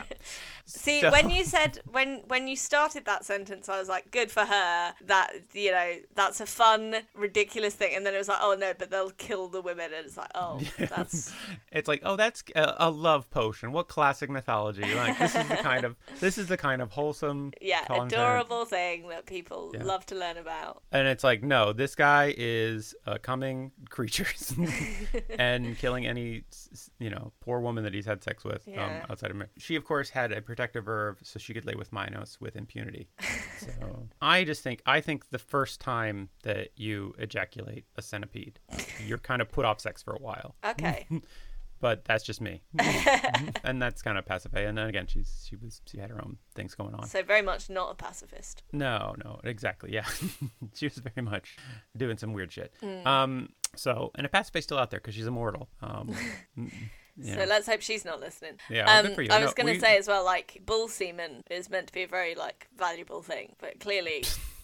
[SPEAKER 2] See,
[SPEAKER 3] So-
[SPEAKER 2] when you said when when you started that sentence, I was like, good for her. That you know, that's a fun, ridiculous thing. And then it was like, oh no, but they'll kill the women. And it's like, oh, that's
[SPEAKER 3] It's like, oh, that's a, a love potion. What classic mythology? Like this is the kind of this is the kind of wholesome,
[SPEAKER 2] yeah,
[SPEAKER 3] content.
[SPEAKER 2] adorable thing that people
[SPEAKER 3] Yeah.
[SPEAKER 2] love to learn about.
[SPEAKER 3] And it's like, no, this guy is uh, coming creatures and killing any, s- s- you know, poor woman that he's had sex with
[SPEAKER 2] Yeah.
[SPEAKER 3] um, outside of marriage. She, of course, had a protective verve, so she could lay with Minos with impunity. So I just think, I think the first time that you ejaculate a centipede, you're kind of put off sex for a while.
[SPEAKER 2] Okay.
[SPEAKER 3] But that's just me, and that's kind of Pasiphae. And then again, she's she was she had her own things going on.
[SPEAKER 2] so very much not a pacifist.
[SPEAKER 3] No, no, exactly. Yeah, she was very much doing some weird shit.
[SPEAKER 2] Mm.
[SPEAKER 3] Um, so and a pacifist still out there because she's immortal. Um, Yeah.
[SPEAKER 2] So let's hope she's not listening.
[SPEAKER 3] Yeah, well,
[SPEAKER 2] um,
[SPEAKER 3] good for you.
[SPEAKER 2] I
[SPEAKER 3] No,
[SPEAKER 2] was gonna
[SPEAKER 3] we-
[SPEAKER 2] say as well, like bull semen is meant to be a very like valuable thing, but clearly,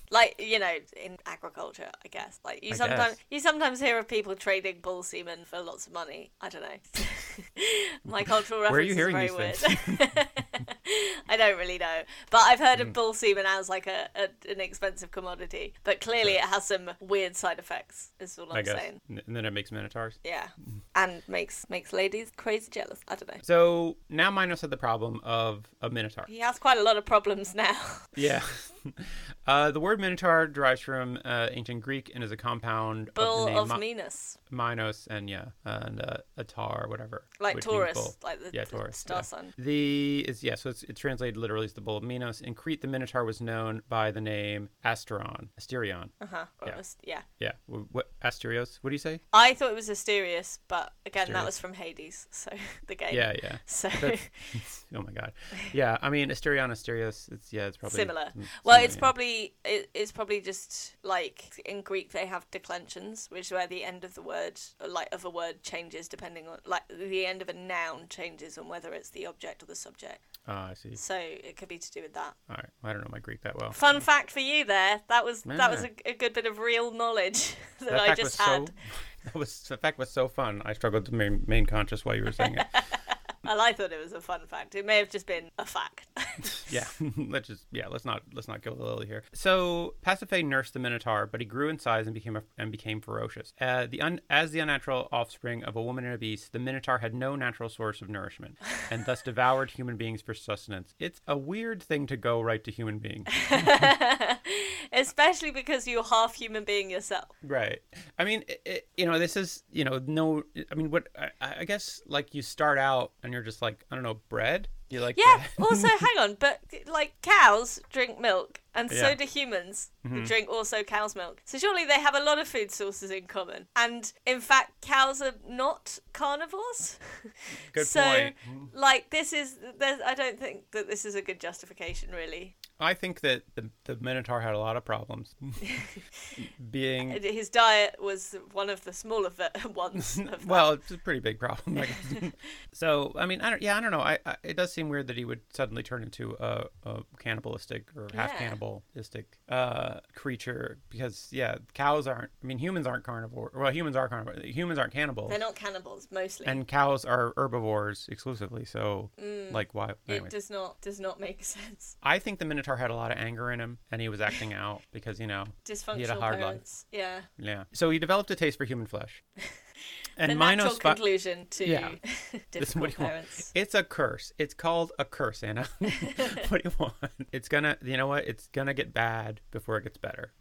[SPEAKER 2] like you know, in agriculture, I guess, like you
[SPEAKER 3] I
[SPEAKER 2] sometimes
[SPEAKER 3] guess.
[SPEAKER 2] you sometimes hear of people trading bull semen for lots of money. I don't know. My cultural reference
[SPEAKER 3] Where are you hearing
[SPEAKER 2] is
[SPEAKER 3] these
[SPEAKER 2] very
[SPEAKER 3] things? Hmm.
[SPEAKER 2] weird. I don't really know, but I've heard of bull semen as like a, a an expensive commodity, but clearly it has some weird side effects. Is all I'm
[SPEAKER 3] I guess.
[SPEAKER 2] saying.
[SPEAKER 3] N- And then it makes minotaurs.
[SPEAKER 2] Yeah, and makes makes ladies crazy jealous. I don't know.
[SPEAKER 3] So now Minos had the problem of a minotaur.
[SPEAKER 2] He has quite a lot of problems now.
[SPEAKER 3] Yeah. uh, the word minotaur derives from uh, ancient Greek and is a compound of
[SPEAKER 2] Bull
[SPEAKER 3] the name
[SPEAKER 2] of
[SPEAKER 3] Mi-
[SPEAKER 2] Minos,
[SPEAKER 3] Minos and yeah, and uh, a tar, whatever.
[SPEAKER 2] like
[SPEAKER 3] which means
[SPEAKER 2] Taurus,
[SPEAKER 3] bull.
[SPEAKER 2] like the,
[SPEAKER 3] yeah,
[SPEAKER 2] the
[SPEAKER 3] Taurus.
[SPEAKER 2] star
[SPEAKER 3] yeah.
[SPEAKER 2] sun.
[SPEAKER 3] The is yeah, so it's, it's translated literally as the bull of Minos. In Crete, the Minotaur was known by the name Asteron, Asterion.
[SPEAKER 2] Uh huh.
[SPEAKER 3] Yeah.
[SPEAKER 2] Yeah. yeah.
[SPEAKER 3] Yeah, wh- what Asterios? What do you say?
[SPEAKER 2] I thought it was Asterius, but again, that
[SPEAKER 3] Asterius.
[SPEAKER 2] was from Hades, so the game.
[SPEAKER 3] Yeah, yeah.
[SPEAKER 2] So
[SPEAKER 3] That's- oh my god. Yeah, I mean Asterion, Asterios. It's yeah, it's probably
[SPEAKER 2] similar.
[SPEAKER 3] some-
[SPEAKER 2] Well,
[SPEAKER 3] similar,
[SPEAKER 2] it's
[SPEAKER 3] yeah.
[SPEAKER 2] probably it, it's probably just like in Greek they have declensions, which is where the end of the word, like of a word, changes depending on like the end of a noun changes on whether it's the object or the subject.
[SPEAKER 3] Ah, I see.
[SPEAKER 2] So it could be to do with that.
[SPEAKER 3] All right, I don't know my Greek that well.
[SPEAKER 2] Fun fact for you there. That was that was
[SPEAKER 3] Yeah.
[SPEAKER 2] a, a good bit of real knowledge that, I
[SPEAKER 3] fact
[SPEAKER 2] just
[SPEAKER 3] was
[SPEAKER 2] had.
[SPEAKER 3] So, that was the fact was so fun. I struggled to remain, remain conscious while you were saying it.
[SPEAKER 2] Well, I thought it was a fun fact. It may have just been a fact.
[SPEAKER 3] yeah, let's just yeah, let's not let's not kill the lily here. So Pasiphae nursed the Minotaur, but he grew in size and became a, and became ferocious. Uh, the un, as the unnatural offspring of a woman and a beast, the Minotaur had no natural source of nourishment, and thus devoured human beings for sustenance. It's a weird thing to go right to human beings,
[SPEAKER 2] Especially because you're half human being yourself.
[SPEAKER 3] right? I mean, i i you know, this is you know no. I mean, what I, I guess like you start out and you're just like I don't know bread. You like
[SPEAKER 2] Yeah.
[SPEAKER 3] bread?
[SPEAKER 2] Also, hang on, but like cows drink milk, and so
[SPEAKER 3] Yeah. Mm-hmm.
[SPEAKER 2] do humans who drink also cow's milk. So surely they have a lot of food sources in common. And in fact, cows are not carnivores.
[SPEAKER 3] Good
[SPEAKER 2] so,
[SPEAKER 3] point.
[SPEAKER 2] like, this is. there's- I don't think that this is a good justification, really.
[SPEAKER 3] I think that the, the Minotaur had a lot of problems. Being
[SPEAKER 2] His diet was one of the smaller v- ones. Of that.
[SPEAKER 3] well, it's a pretty big problem. I guess. so I mean, I don't. Yeah, I don't know. I, I it does seem weird that he would suddenly turn into a, a cannibalistic or half
[SPEAKER 2] Yeah.
[SPEAKER 3] cannibalistic uh, creature because yeah, cows aren't. I mean, humans aren't carnivore. Well, humans are carnivore. Humans aren't cannibals.
[SPEAKER 2] they're not cannibals mostly.
[SPEAKER 3] and cows are herbivores exclusively, so like why?
[SPEAKER 2] Mm. It
[SPEAKER 3] Anyways.
[SPEAKER 2] does not does not make sense.
[SPEAKER 3] I think the Minotaur had a lot of anger in him, and he was acting out because you know
[SPEAKER 2] Dysfunctional
[SPEAKER 3] hard life.
[SPEAKER 2] parents. Yeah.
[SPEAKER 3] Yeah. So he developed a taste for human flesh.
[SPEAKER 2] the
[SPEAKER 3] and
[SPEAKER 2] natural
[SPEAKER 3] Minos. Fi-
[SPEAKER 2] conclusion to
[SPEAKER 3] Yeah. That's what
[SPEAKER 2] difficult
[SPEAKER 3] you want.
[SPEAKER 2] parents.
[SPEAKER 3] It's a curse. It's called a curse, Anna. what do you want? It's gonna, you know what? It's gonna get bad before it gets better.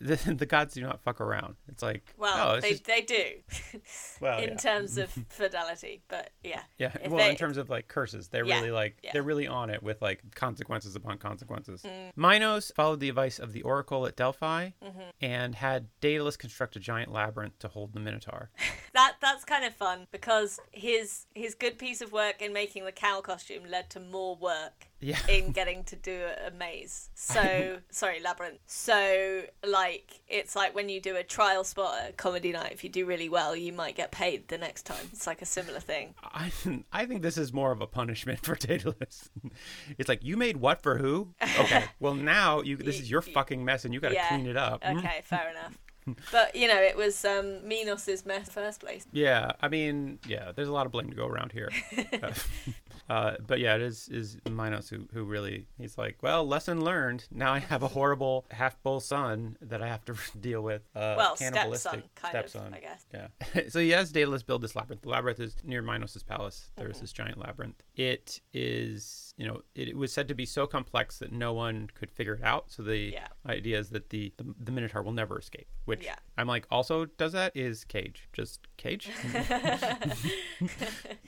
[SPEAKER 3] the, the gods do not fuck around. It's like, oh,
[SPEAKER 2] Well,
[SPEAKER 3] it's
[SPEAKER 2] they,
[SPEAKER 3] just-
[SPEAKER 2] they do
[SPEAKER 3] well,
[SPEAKER 2] in
[SPEAKER 3] yeah.
[SPEAKER 2] terms of fidelity, but yeah.
[SPEAKER 3] yeah.
[SPEAKER 2] if
[SPEAKER 3] Well, in
[SPEAKER 2] they-
[SPEAKER 3] terms of like curses, they're
[SPEAKER 2] Yeah,
[SPEAKER 3] really like
[SPEAKER 2] yeah.
[SPEAKER 3] they're really on it with like consequences upon consequences.
[SPEAKER 2] Mm.
[SPEAKER 3] Minos followed the advice of the oracle at Delphi
[SPEAKER 2] Mm-hmm.
[SPEAKER 3] and had Daedalus construct a giant labyrinth to hold the Minotaur.
[SPEAKER 2] That that's kind of fun because his his good piece of work in making the cow costume led to more work
[SPEAKER 3] Yeah.
[SPEAKER 2] in getting to do a, a maze. So sorry, labyrinth. So like it's like when you do a trial spot at a comedy night, if you do really well, you might get paid the next time. It's like a similar thing.
[SPEAKER 3] I, I think this is more of a punishment for Daedalus. it's like you made what for who? Okay, well now you this is your fucking mess and you got to
[SPEAKER 2] Yeah.
[SPEAKER 3] clean it up. Mm.
[SPEAKER 2] Okay, fair enough. But you know, it was um, Minos's mess first place.
[SPEAKER 3] Yeah, I mean, yeah, there's a lot of blame to go around here. Uh, uh, but yeah, it is is Minos who who really he's like, well, lesson learned. Now I have a horrible half bull son that I have to deal with. Uh,
[SPEAKER 2] Well,
[SPEAKER 3] cannibalistic
[SPEAKER 2] stepson, kind of, I guess.
[SPEAKER 3] Yeah. so he has Daedalus build this labyrinth. The labyrinth is near Minos' palace. There
[SPEAKER 2] Mm-hmm.
[SPEAKER 3] is this giant labyrinth. It is, you know, it, it was said to be so complex that no one could figure it out. So the
[SPEAKER 2] Yeah.
[SPEAKER 3] idea is that the, the the Minotaur will never escape. Which
[SPEAKER 2] Yeah.
[SPEAKER 3] I'm like, also does that is Cage just Cage?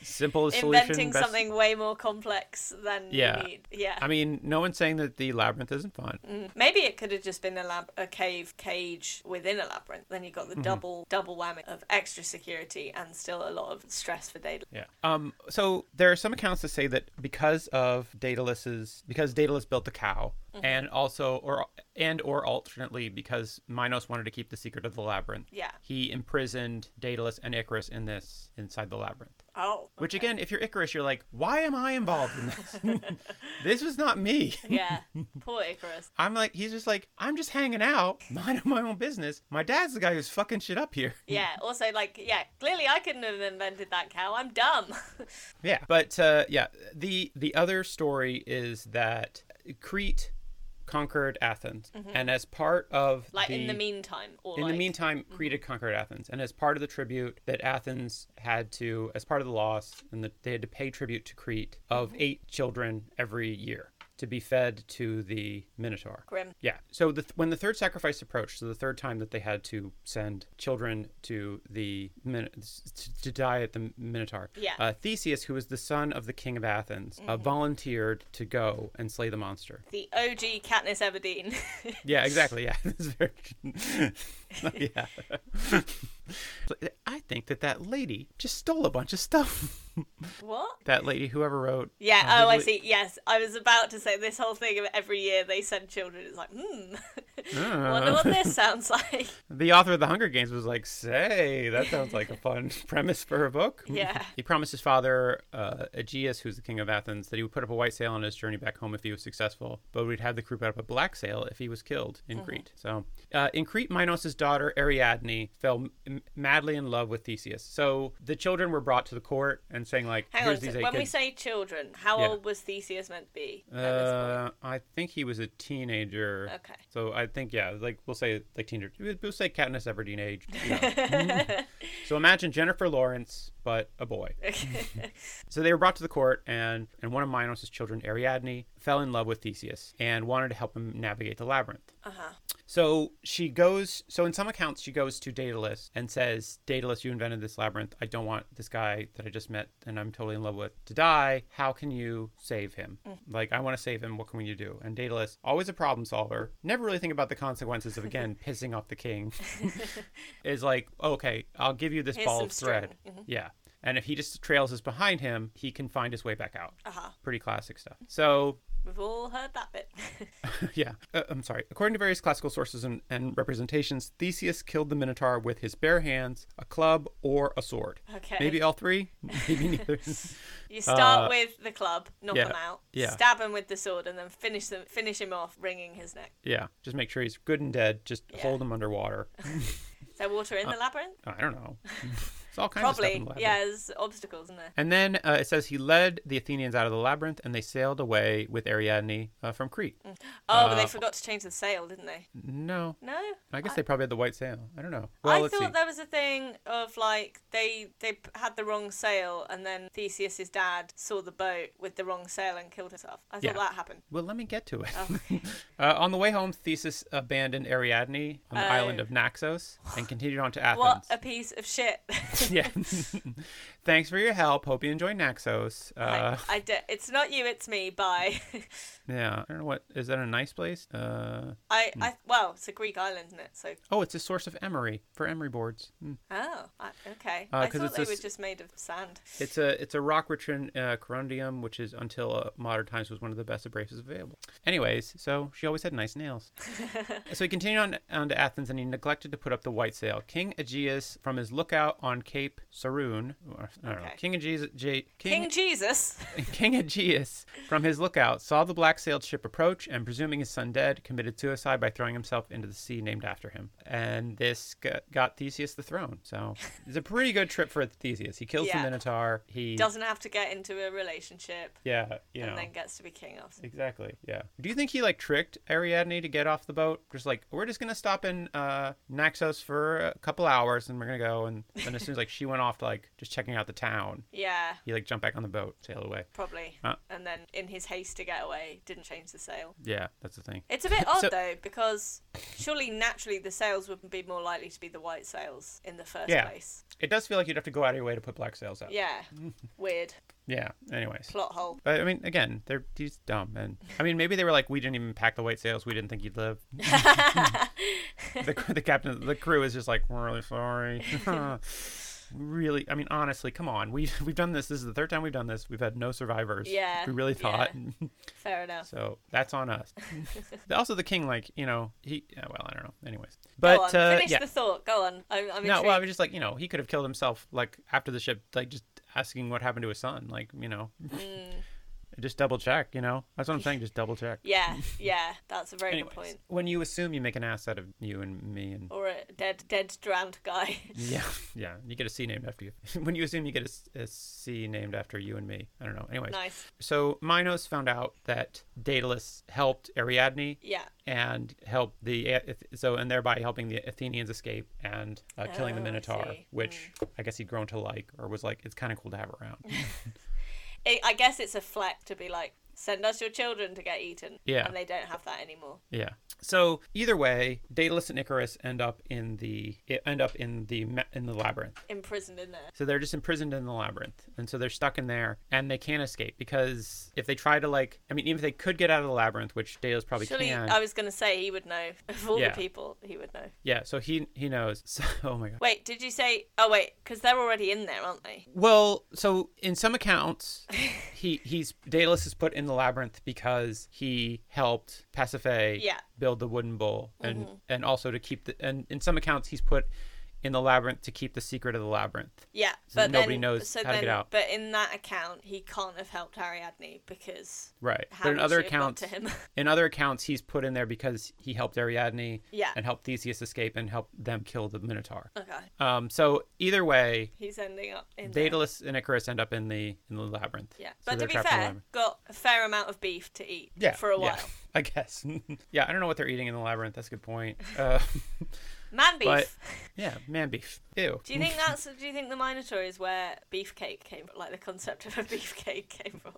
[SPEAKER 3] Simple solution.
[SPEAKER 2] Inventing
[SPEAKER 3] best-
[SPEAKER 2] something way more complex than
[SPEAKER 3] Yeah.
[SPEAKER 2] you need. Yeah.
[SPEAKER 3] I mean, no one's saying that the labyrinth isn't fun.
[SPEAKER 2] Maybe it could have just been a lab, a cave cage within a labyrinth. Then you
[SPEAKER 3] Mm-hmm.
[SPEAKER 2] got the double double whammy of extra security and still a lot of stress for Daedalus.
[SPEAKER 3] Yeah. Um. So there are some accounts that say that because of Daedalus's, because Daedalus built the cow,
[SPEAKER 2] Mm-hmm.
[SPEAKER 3] and also, or and or alternately, because Minos wanted to keep the secret of the labyrinth.
[SPEAKER 2] Yeah.
[SPEAKER 3] He imprisoned Daedalus and Icarus in this inside the labyrinth.
[SPEAKER 2] Oh,
[SPEAKER 3] Which again, if you're Icarus, you're like, why am I involved in this? this was not me.
[SPEAKER 2] yeah, poor Icarus.
[SPEAKER 3] I'm like, he's just like, I'm just hanging out, minding my own business. My dad's the guy who's fucking shit up here.
[SPEAKER 2] Yeah. Also, like, yeah. Clearly, I couldn't have invented that cow. I'm dumb.
[SPEAKER 3] Yeah, but uh, yeah, the the other story is that Crete conquered Athens, and as part of
[SPEAKER 2] Mm-hmm. like in the meantime, or
[SPEAKER 3] in
[SPEAKER 2] like, mm-hmm.
[SPEAKER 3] the meantime, Crete had conquered Athens, and as part of the tribute that Athens had to, as part of the loss, and that they had to pay tribute to Crete of
[SPEAKER 2] Mm-hmm.
[SPEAKER 3] eight children every year to be fed to the Minotaur.
[SPEAKER 2] grim.
[SPEAKER 3] Yeah. So the, when the third sacrifice approached, so the third time that they had to send children to the Min- to, to die at the Minotaur.
[SPEAKER 2] Yeah. Mm-hmm.
[SPEAKER 3] Uh, Theseus, who was the son of the king of Athens, uh, volunteered to go and slay the monster.
[SPEAKER 2] The OG Katniss Everdeen.
[SPEAKER 3] Yeah, exactly. Yeah, this version. yeah. I think that that lady just stole a bunch of stuff.
[SPEAKER 2] what?
[SPEAKER 3] that lady, whoever wrote.
[SPEAKER 2] Yeah.
[SPEAKER 3] uh,
[SPEAKER 2] oh, I
[SPEAKER 3] Wiggly-
[SPEAKER 2] see. Yes, I was about to say this whole thing of every year they send children. It's like, hmm.
[SPEAKER 3] Ah.
[SPEAKER 2] Wonder what this sounds like.
[SPEAKER 3] The author of The Hunger Games was like, say, that sounds like a fun premise for a book.
[SPEAKER 2] Yeah.
[SPEAKER 3] he promised his father, uh, Aegeus, who's the king of Athens, that he would put up a white sail on his journey back home if he was successful, but would have the crew put up a black sail if he was killed
[SPEAKER 2] Mm-hmm.
[SPEAKER 3] in Crete. So, uh, in Crete, Minos' daughter, Ariadne, fell m- madly in love with Theseus. So the children were brought to the court and saying, like,
[SPEAKER 2] Hang
[SPEAKER 3] here's
[SPEAKER 2] on. a sec.
[SPEAKER 3] these eight
[SPEAKER 2] when we
[SPEAKER 3] kids.
[SPEAKER 2] say children, how
[SPEAKER 3] Yeah.
[SPEAKER 2] old was Theseus meant to be? at this point?
[SPEAKER 3] uh, I think he was a teenager.
[SPEAKER 2] Okay.
[SPEAKER 3] So I think yeah, like we'll say like teenager. We'll we'll say Katniss Everdeen age. you know. so imagine Jennifer Lawrence, but a boy. so they were brought to the court, and and one of Minos' children, Ariadne, fell in love with Theseus and wanted to help him navigate the labyrinth.
[SPEAKER 2] Uh-huh,
[SPEAKER 3] So she goes. So in some accounts, she goes to Daedalus and says, "Daedalus, you invented this labyrinth. I don't want this guy that I just met and I'm totally in love with to die. How can you save him?
[SPEAKER 2] Mm.
[SPEAKER 3] Like, I want to save him. What can you do?" And Daedalus, always a problem solver, never really think about the consequences of again pissing off the king, is like, "Okay, I'll give you this
[SPEAKER 2] Here's
[SPEAKER 3] ball
[SPEAKER 2] some
[SPEAKER 3] of thread.
[SPEAKER 2] string. Mm-hmm.
[SPEAKER 3] Yeah." And if he just trails us behind him, he can find his way back out.
[SPEAKER 2] Uh-huh.
[SPEAKER 3] Pretty classic stuff. So
[SPEAKER 2] We've all heard that bit.
[SPEAKER 3] yeah, uh, I'm sorry. According to various classical sources and, and representations, Theseus killed the Minotaur with his bare hands, a club, or a sword.
[SPEAKER 2] Okay.
[SPEAKER 3] Maybe all three, maybe neither.
[SPEAKER 2] you start
[SPEAKER 3] Uh,
[SPEAKER 2] with the club, knock
[SPEAKER 3] yeah,
[SPEAKER 2] him out,
[SPEAKER 3] yeah.
[SPEAKER 2] stab him with the sword, and then finish them, finish him off, wringing his neck.
[SPEAKER 3] yeah, just make sure he's good and dead. Just
[SPEAKER 2] Yeah.
[SPEAKER 3] hold him underwater.
[SPEAKER 2] So there water in the labyrinth?
[SPEAKER 3] Uh, I don't know. It's all kinds of stuff.
[SPEAKER 2] Probably.
[SPEAKER 3] in the labyrinth.
[SPEAKER 2] Yeah, there's obstacles in there.
[SPEAKER 3] And then uh, it says he led the Athenians out of the labyrinth, and they sailed away with Ariadne uh, from Crete.
[SPEAKER 2] Oh, but they
[SPEAKER 3] Uh,
[SPEAKER 2] forgot to change the sail, didn't they?
[SPEAKER 3] No,
[SPEAKER 2] No.
[SPEAKER 3] I guess they probably had the white sail. I don't know. Well,
[SPEAKER 2] I
[SPEAKER 3] let's
[SPEAKER 2] thought
[SPEAKER 3] see.
[SPEAKER 2] there was a thing of like they they p- had the wrong sail and then Theseus's dad saw the boat with the wrong sail and killed himself. I thought
[SPEAKER 3] Yeah.
[SPEAKER 2] that happened.
[SPEAKER 3] Well, let me get to it.
[SPEAKER 2] Oh.
[SPEAKER 3] uh, on the way home, Theseus abandoned Ariadne on the
[SPEAKER 2] Oh.
[SPEAKER 3] island of Naxos and continued on to Athens.
[SPEAKER 2] What a piece of shit.
[SPEAKER 3] yeah. Thanks for your help. Hope you enjoy Naxos. Uh,
[SPEAKER 2] Like, I d- it's not you, it's me. Bye.
[SPEAKER 3] yeah. I don't know what is that a nice place? Uh,
[SPEAKER 2] I, I well, it's a Greek island, isn't it? So
[SPEAKER 3] oh, it's a source of emery for emery boards. Hmm.
[SPEAKER 2] oh, I, okay.
[SPEAKER 3] Uh,
[SPEAKER 2] I
[SPEAKER 3] 'cause
[SPEAKER 2] thought
[SPEAKER 3] it's
[SPEAKER 2] they
[SPEAKER 3] a
[SPEAKER 2] were
[SPEAKER 3] s-
[SPEAKER 2] just made of sand.
[SPEAKER 3] It's a it's a rock rich in uh, corundium, which is until uh, modern times was one of the best abrasives available. Anyways, so she always had nice nails. so he continued on, on to Athens, and he neglected to put up the white sail. King Aegeus, from his lookout on Cape Saroon, or, I don't know,
[SPEAKER 2] Okay.
[SPEAKER 3] King Aegeus, J,
[SPEAKER 2] King,
[SPEAKER 3] King,
[SPEAKER 2] Jesus.
[SPEAKER 3] King Aegeus, from his lookout, saw the black sailed ship approach, and presuming his son dead, committed suicide by throwing himself into the sea named after him. And this got, got Theseus the throne. So it's a pretty good trip for Theseus. He kills
[SPEAKER 2] Yeah.
[SPEAKER 3] the Minotaur. He
[SPEAKER 2] Doesn't have to get into a relationship
[SPEAKER 3] yeah, you know.
[SPEAKER 2] and then gets to be king after.
[SPEAKER 3] Exactly. Yeah. Do you think he like tricked Ariadne to get off the boat? Just like we're just gonna stop in uh, Naxos for a couple hours, and we're gonna go. And then as soon as like she went off to like just checking out the town,
[SPEAKER 2] Yeah,
[SPEAKER 3] he like jumped back on the boat, sailed away.
[SPEAKER 2] probably.
[SPEAKER 3] Uh.
[SPEAKER 2] And then in his haste to get away, didn't change the sail.
[SPEAKER 3] Yeah, that's the thing.
[SPEAKER 2] It's a bit odd
[SPEAKER 3] So-
[SPEAKER 2] though, because surely naturally the sails would be more likely to be the white sails in the first
[SPEAKER 3] Yeah.
[SPEAKER 2] place.
[SPEAKER 3] It does feel like you'd have to go out of your way to put black sails out.
[SPEAKER 2] Yeah. Weird
[SPEAKER 3] Yeah. Anyways.
[SPEAKER 2] plot hole.
[SPEAKER 3] But, I mean, again, they're he's dumb, and I mean, maybe they were like, we didn't even pack the white sails. We didn't think you'd live. the, the captain, the crew is just like, we're really sorry. really, I mean, honestly, come on. We we've done this. This is the third time we've done this. We've had no survivors.
[SPEAKER 2] Yeah,
[SPEAKER 3] we really
[SPEAKER 2] yeah.
[SPEAKER 3] thought.
[SPEAKER 2] Fair enough.
[SPEAKER 3] so that's on us. also, the king, like you know, he yeah, well, I don't know. Anyways,
[SPEAKER 2] Go
[SPEAKER 3] but
[SPEAKER 2] on,
[SPEAKER 3] uh,
[SPEAKER 2] finish
[SPEAKER 3] yeah,
[SPEAKER 2] the thought. Go on. I'm, I'm
[SPEAKER 3] no,
[SPEAKER 2] intrigued.
[SPEAKER 3] well, I was just like, you know, he could have killed himself like after the ship, like just asking what happened to his son, like you know.
[SPEAKER 2] Mm,
[SPEAKER 3] Just double check, you know. That's what I'm saying. Just double check.
[SPEAKER 2] Yeah, yeah. That's a very
[SPEAKER 3] Anyways,
[SPEAKER 2] good point. Oh,
[SPEAKER 3] when you assume you make an ass out of you and me and
[SPEAKER 2] Or a dead, dead, drowned guy.
[SPEAKER 3] yeah, yeah, you get a C named after you. when you assume you get a s- a C named after you and me, I don't know. Anyways,
[SPEAKER 2] nice.
[SPEAKER 3] so Minos found out that Daedalus helped Ariadne
[SPEAKER 2] Yeah.
[SPEAKER 3] and helped the A- so and thereby helping the Athenians escape and uh, killing the
[SPEAKER 2] Oh, I
[SPEAKER 3] Minotaur,
[SPEAKER 2] see. Hmm.
[SPEAKER 3] which I guess he'd grown to like or was like it's kind of cool to have around.
[SPEAKER 2] It, I guess it's a fleck to be like, send us your children to get eaten.
[SPEAKER 3] Yeah.
[SPEAKER 2] And they don't have that anymore.
[SPEAKER 3] Yeah. So either way, Daedalus and Icarus end up in the end up in the ma- in the labyrinth.
[SPEAKER 2] Imprisoned in there.
[SPEAKER 3] So they're just imprisoned in the labyrinth. And so they're stuck in there and they can't escape because if they try to like I mean even if they could get out of the labyrinth, which Daedalus probably
[SPEAKER 2] Surely,
[SPEAKER 3] can.
[SPEAKER 2] I was going to say he would know. Of all
[SPEAKER 3] Yeah.
[SPEAKER 2] the people, he would know.
[SPEAKER 3] yeah, so he he knows. So, oh my god.
[SPEAKER 2] Wait, did you say? Oh, wait, because they're already in there, aren't they?
[SPEAKER 3] Well, so in some accounts he he's Daedalus is put in the labyrinth because he helped Pasiphae
[SPEAKER 2] Yeah. Mm-hmm.
[SPEAKER 3] build the wooden bowl and and also to keep the and in some accounts he's put in the labyrinth to keep the secret of the labyrinth.
[SPEAKER 2] Yeah,
[SPEAKER 3] So
[SPEAKER 2] but
[SPEAKER 3] nobody
[SPEAKER 2] then,
[SPEAKER 3] knows
[SPEAKER 2] so
[SPEAKER 3] how to
[SPEAKER 2] then,
[SPEAKER 3] get out.
[SPEAKER 2] But in that account, he can't have helped Ariadne because
[SPEAKER 3] Right.
[SPEAKER 2] how
[SPEAKER 3] but in
[SPEAKER 2] would
[SPEAKER 3] other
[SPEAKER 2] she have got
[SPEAKER 3] accounts
[SPEAKER 2] to him?
[SPEAKER 3] in other accounts he's put in there because he helped ariadne
[SPEAKER 2] Yeah. Uh.
[SPEAKER 3] and helped theseus escape and helped them kill the minotaur
[SPEAKER 2] okay,
[SPEAKER 3] um, so either way
[SPEAKER 2] he's ending up in there.
[SPEAKER 3] daedalus and icarus end up in the in the labyrinth
[SPEAKER 2] Yeah,
[SPEAKER 3] So
[SPEAKER 2] but to
[SPEAKER 3] they're
[SPEAKER 2] be
[SPEAKER 3] trapped in the
[SPEAKER 2] fair,
[SPEAKER 3] labyrinth.
[SPEAKER 2] got a fair amount of beef to eat
[SPEAKER 3] yeah
[SPEAKER 2] for a
[SPEAKER 3] yeah,
[SPEAKER 2] while.
[SPEAKER 3] i guess yeah i don't know what they're eating in the labyrinth that's a good point uh,
[SPEAKER 2] Man beef.
[SPEAKER 3] But- yeah man beef ew
[SPEAKER 2] do you think that's? Do you think the Minotaur is where beefcake came? Like the concept of a beefcake came from.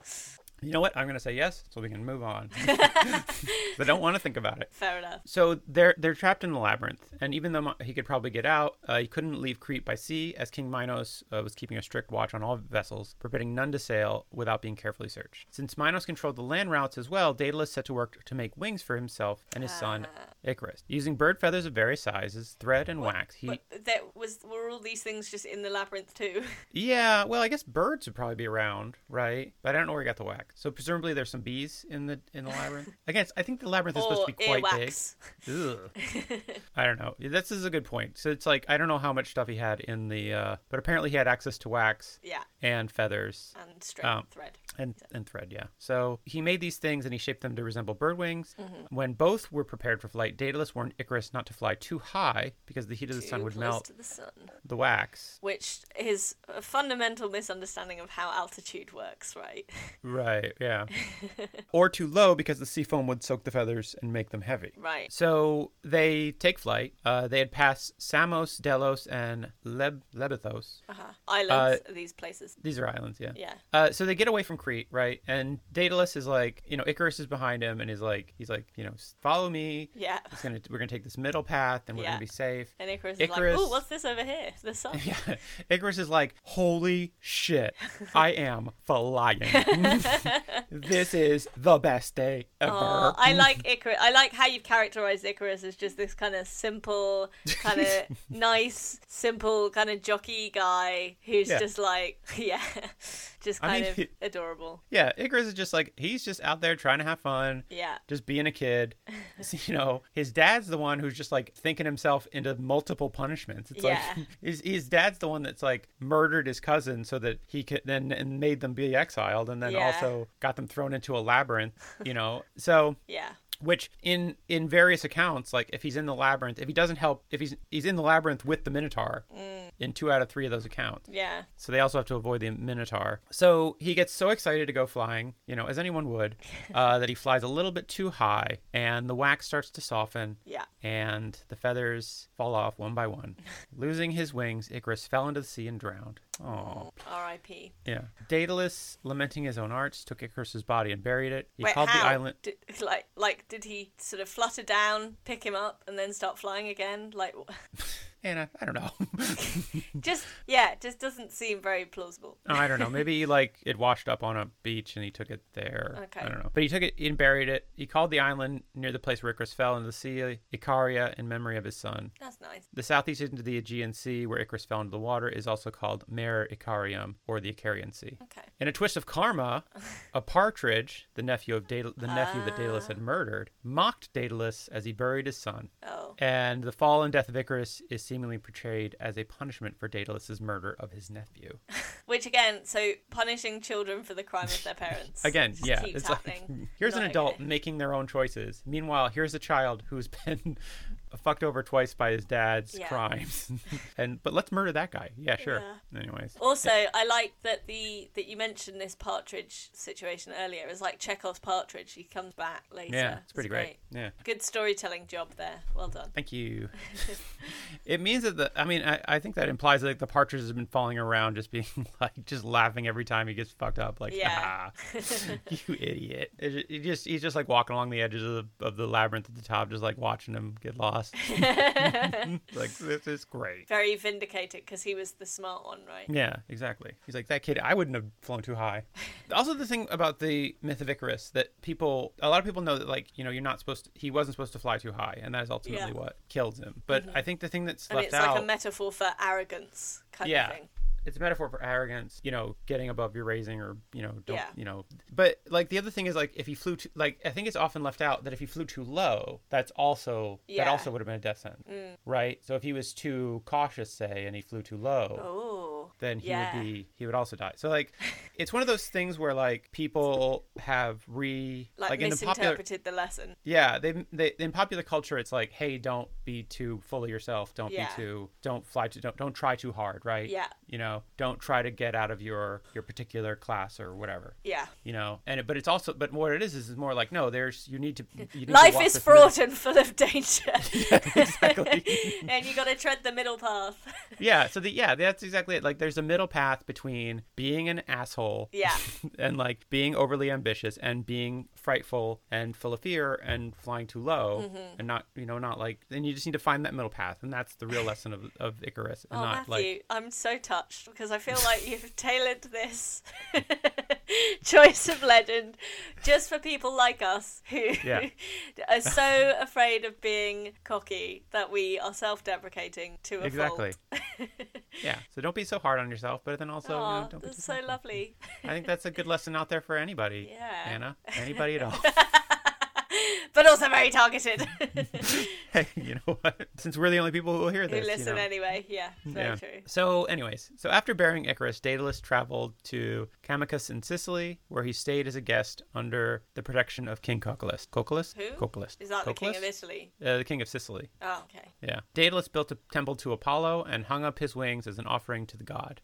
[SPEAKER 3] you know what i'm gonna say yes so we can move on 'Cause i don't want to think about it
[SPEAKER 2] Fair enough.
[SPEAKER 3] So they're they're trapped in the labyrinth, and even though Mi- he could probably get out, uh, he couldn't leave Crete by sea, as King Minos uh, was keeping a strict watch on all vessels, forbidding none to sail without being carefully searched. Since Minos controlled the land routes as well, Daedalus set to work to make wings for himself and his son
[SPEAKER 2] Uh.
[SPEAKER 3] Icarus, using bird feathers of various sizes, thread, and wax. He,
[SPEAKER 2] But that was were all these things just in the labyrinth too.
[SPEAKER 3] yeah, well, I guess birds would probably be around, right? But I don't know where he got the wax. back. So presumably there's some bees in the in the labyrinth. Again, it's- I think the labyrinth is
[SPEAKER 2] or
[SPEAKER 3] supposed to be quite big.
[SPEAKER 2] Oh, earwax.
[SPEAKER 3] Ugh. I don't know. This is a good point. So it's like I don't know how much stuff he had in the, uh, but apparently he had access to wax
[SPEAKER 2] Yeah,
[SPEAKER 3] and feathers
[SPEAKER 2] and straight
[SPEAKER 3] Um,
[SPEAKER 2] thread.
[SPEAKER 3] and and thread. Yeah. So he made these things and he shaped them to resemble bird wings.
[SPEAKER 2] Mm-hmm.
[SPEAKER 3] When both were prepared for flight, Daedalus warned Icarus not to fly too high because the heat of the sun
[SPEAKER 2] Too
[SPEAKER 3] would
[SPEAKER 2] close
[SPEAKER 3] melt
[SPEAKER 2] to the sun.
[SPEAKER 3] the wax.
[SPEAKER 2] Which is a fundamental misunderstanding of how altitude works, right?
[SPEAKER 3] Right. Yeah. or too low because the sea foam would soak the feathers and make them heavy.
[SPEAKER 2] right.
[SPEAKER 3] So they take flight. Uh, they had passed Samos, Delos, and Leb- Lebethos.
[SPEAKER 2] Uh-huh. Islands,
[SPEAKER 3] Uh,
[SPEAKER 2] these places.
[SPEAKER 3] These are islands, yeah.
[SPEAKER 2] Yeah.
[SPEAKER 3] Uh, so they get away from Crete, right? And Daedalus is like, you know, Icarus is behind him and is like, he's like, you know, "S- follow me.
[SPEAKER 2] Yeah.
[SPEAKER 3] It's gonna, we're gonna take this middle path and we're
[SPEAKER 2] Yeah.
[SPEAKER 3] gonna be safe.
[SPEAKER 2] And Icarus,
[SPEAKER 3] Icarus-
[SPEAKER 2] is like, oh, what's this over here? The sun.
[SPEAKER 3] Yeah. Icarus is like, holy shit, I am flying. this is the best day ever.
[SPEAKER 2] Aw, I like Icarus. I like how you've characterized Icarus as just this kind of simple, kind of nice, simple, kind of jockey guy who's
[SPEAKER 3] Yeah.
[SPEAKER 2] just like, yeah, just
[SPEAKER 3] I
[SPEAKER 2] kind
[SPEAKER 3] mean,
[SPEAKER 2] of
[SPEAKER 3] he-
[SPEAKER 2] adorable.
[SPEAKER 3] yeah, Icarus is just like, he's just out there trying to have fun.
[SPEAKER 2] Yeah.
[SPEAKER 3] just being a kid. you know, his dad's the one who's just like thinking himself into multiple punishments. It's
[SPEAKER 2] Yeah.
[SPEAKER 3] like his, his dad's the one that's like murdered his cousin so that he could then and made them be exiled and then
[SPEAKER 2] Yeah.
[SPEAKER 3] also got them thrown into a labyrinth, you know. So
[SPEAKER 2] Yeah.
[SPEAKER 3] which in in various accounts like if he's in the labyrinth if he doesn't help if he's he's in the labyrinth with the minotaur
[SPEAKER 2] Mm.
[SPEAKER 3] in two out of three of those accounts
[SPEAKER 2] Yeah.
[SPEAKER 3] so they also have to avoid the Minotaur. So he gets so excited to go flying, you know, as anyone would, uh, that he flies a little bit too high, and the wax starts to soften,
[SPEAKER 2] Yeah.
[SPEAKER 3] and the feathers fall off one by one. Losing his wings, Icarus fell into the sea and drowned. Oh,
[SPEAKER 2] R.I.P.
[SPEAKER 3] yeah. Daedalus, lamenting his own arts, took Icarus's body and buried it. He
[SPEAKER 2] Wait,
[SPEAKER 3] called
[SPEAKER 2] how?
[SPEAKER 3] the island.
[SPEAKER 2] Did, like, like, did he sort of flutter down, pick him up, and then start flying again? Like, wh-
[SPEAKER 3] Anna, I don't know.
[SPEAKER 2] just yeah, it just doesn't seem very plausible.
[SPEAKER 3] Oh, I don't know. Maybe like it washed up on a beach and he took it there.
[SPEAKER 2] Okay.
[SPEAKER 3] I don't know. But he took it and buried it. He called the island near the place where Icarus fell into the sea Icaria in memory of his son.
[SPEAKER 2] That's nice.
[SPEAKER 3] The southeast end of the Aegean Sea, where Icarus fell into the water, is also called Mare Icarium or the Icarian Sea.
[SPEAKER 2] Okay.
[SPEAKER 3] In a twist of karma, a partridge, the nephew of Daedal- the nephew that Daedalus had murdered, mocked Daedalus as he buried his son.
[SPEAKER 2] Oh,
[SPEAKER 3] And the fall and death of Icarus is seemingly portrayed as a punishment for Daedalus's murder of his nephew.
[SPEAKER 2] which again, so punishing children for the crime of their parents.
[SPEAKER 3] Again,
[SPEAKER 2] Just
[SPEAKER 3] yeah.
[SPEAKER 2] keeps
[SPEAKER 3] it's like,
[SPEAKER 2] happening.
[SPEAKER 3] here's
[SPEAKER 2] Not
[SPEAKER 3] an
[SPEAKER 2] okay.
[SPEAKER 3] adult making their own choices. Meanwhile, here's a child who's been fucked over twice by his dad's
[SPEAKER 2] Yeah.
[SPEAKER 3] crimes. and but let's murder that guy. Yeah, sure.
[SPEAKER 2] Yeah.
[SPEAKER 3] Anyways.
[SPEAKER 2] Also, I like that the that you mentioned this partridge situation earlier. It's like Chekhov's partridge. He comes back later.
[SPEAKER 3] Yeah, it's pretty great. Yeah.
[SPEAKER 2] Good storytelling job there. Well done.
[SPEAKER 3] Thank you. it means that the I mean I, I think that implies that like, the partridge has been falling around just being like just laughing every time he gets fucked up like
[SPEAKER 2] Yeah.
[SPEAKER 3] ah, you idiot. It, ju- he just he's just like walking along the edges of the, of the labyrinth at the top just like watching him get lost. like this is great.
[SPEAKER 2] Very vindicated because he was the smart one, right?
[SPEAKER 3] Yeah, exactly. He's like that kid. I wouldn't have flown too high. also, the thing about the myth of Icarus that people, a lot of people know that like you know you're not supposed. To, he wasn't supposed to fly too high, and that is ultimately
[SPEAKER 2] Yeah. Mm-hmm.
[SPEAKER 3] what killed him. But I think the thing that's
[SPEAKER 2] And
[SPEAKER 3] left
[SPEAKER 2] it's
[SPEAKER 3] out.
[SPEAKER 2] like a metaphor for arrogance kind
[SPEAKER 3] yeah.
[SPEAKER 2] of thing.
[SPEAKER 3] It's a metaphor for arrogance, you know, getting above your raising or, you know, don't,
[SPEAKER 2] Yeah.
[SPEAKER 3] you know. But like the other thing is like if he flew too, like I think it's often left out that if he flew too low, that's also that
[SPEAKER 2] Yeah. Mm.
[SPEAKER 3] also would have been a death sentence. Right? So if he was too cautious, say, and he flew too low,
[SPEAKER 2] Oh.
[SPEAKER 3] then he
[SPEAKER 2] Yeah.
[SPEAKER 3] would be he would also die. So like it's one of those things where like people have re
[SPEAKER 2] Like,
[SPEAKER 3] in the popular
[SPEAKER 2] misinterpreted the lesson.
[SPEAKER 3] yeah, they, they in popular culture it's like hey, don't be too fully yourself, don't
[SPEAKER 2] Yeah.
[SPEAKER 3] be too don't fly too don't don't try too hard, right?
[SPEAKER 2] Yeah.
[SPEAKER 3] You know, don't try to get out of your your particular class or whatever.
[SPEAKER 2] Yeah.
[SPEAKER 3] You know, and it, but it's also but what it is is, is more like no, there's you need to you need to
[SPEAKER 2] Life
[SPEAKER 3] walk
[SPEAKER 2] is
[SPEAKER 3] this middle-
[SPEAKER 2] fraught and full of danger.
[SPEAKER 3] exactly.
[SPEAKER 2] and you got to tread the middle path.
[SPEAKER 3] yeah, so the yeah, that's exactly it. Like there's a middle path between being an asshole
[SPEAKER 2] Yeah.
[SPEAKER 3] and like being overly ambitious and being frightful and full of fear and flying too low
[SPEAKER 2] Mm-hmm.
[SPEAKER 3] and not you know not like then you just need to find that middle path and that's the real lesson of, of Icarus and
[SPEAKER 2] Oh,
[SPEAKER 3] not
[SPEAKER 2] Matthew,
[SPEAKER 3] like
[SPEAKER 2] I'm so touched because I feel like you've tailored this choice of legend just for people like us who
[SPEAKER 3] Yeah.
[SPEAKER 2] are so afraid of being cocky that we are self-deprecating to a
[SPEAKER 3] Exactly.
[SPEAKER 2] fault.
[SPEAKER 3] Yeah. So don't be so hard on yourself, but then also, you know,
[SPEAKER 2] Aw,
[SPEAKER 3] don't be
[SPEAKER 2] that's
[SPEAKER 3] too
[SPEAKER 2] so
[SPEAKER 3] self-
[SPEAKER 2] lovely.
[SPEAKER 3] I think that's a good lesson out there for anybody.
[SPEAKER 2] Yeah.
[SPEAKER 3] Anna, anybody at all.
[SPEAKER 2] but also very targeted.
[SPEAKER 3] hey, you know what? Since we're the only people who will hear
[SPEAKER 2] Who
[SPEAKER 3] this,
[SPEAKER 2] listen
[SPEAKER 3] you know.
[SPEAKER 2] anyway? Yeah, very
[SPEAKER 3] Yeah.
[SPEAKER 2] true.
[SPEAKER 3] So, anyways, so after burying Icarus, Daedalus traveled to Camicus in Sicily, where he stayed as a guest under the protection of King Cocalus. Cocalus?
[SPEAKER 2] Who?
[SPEAKER 3] Cocalus.
[SPEAKER 2] Is that the king of
[SPEAKER 3] Cocalus?
[SPEAKER 2] Italy?
[SPEAKER 3] Uh, the king of Sicily.
[SPEAKER 2] Oh, okay.
[SPEAKER 3] Yeah. Daedalus built a temple to Apollo and hung up his wings as an offering to the god.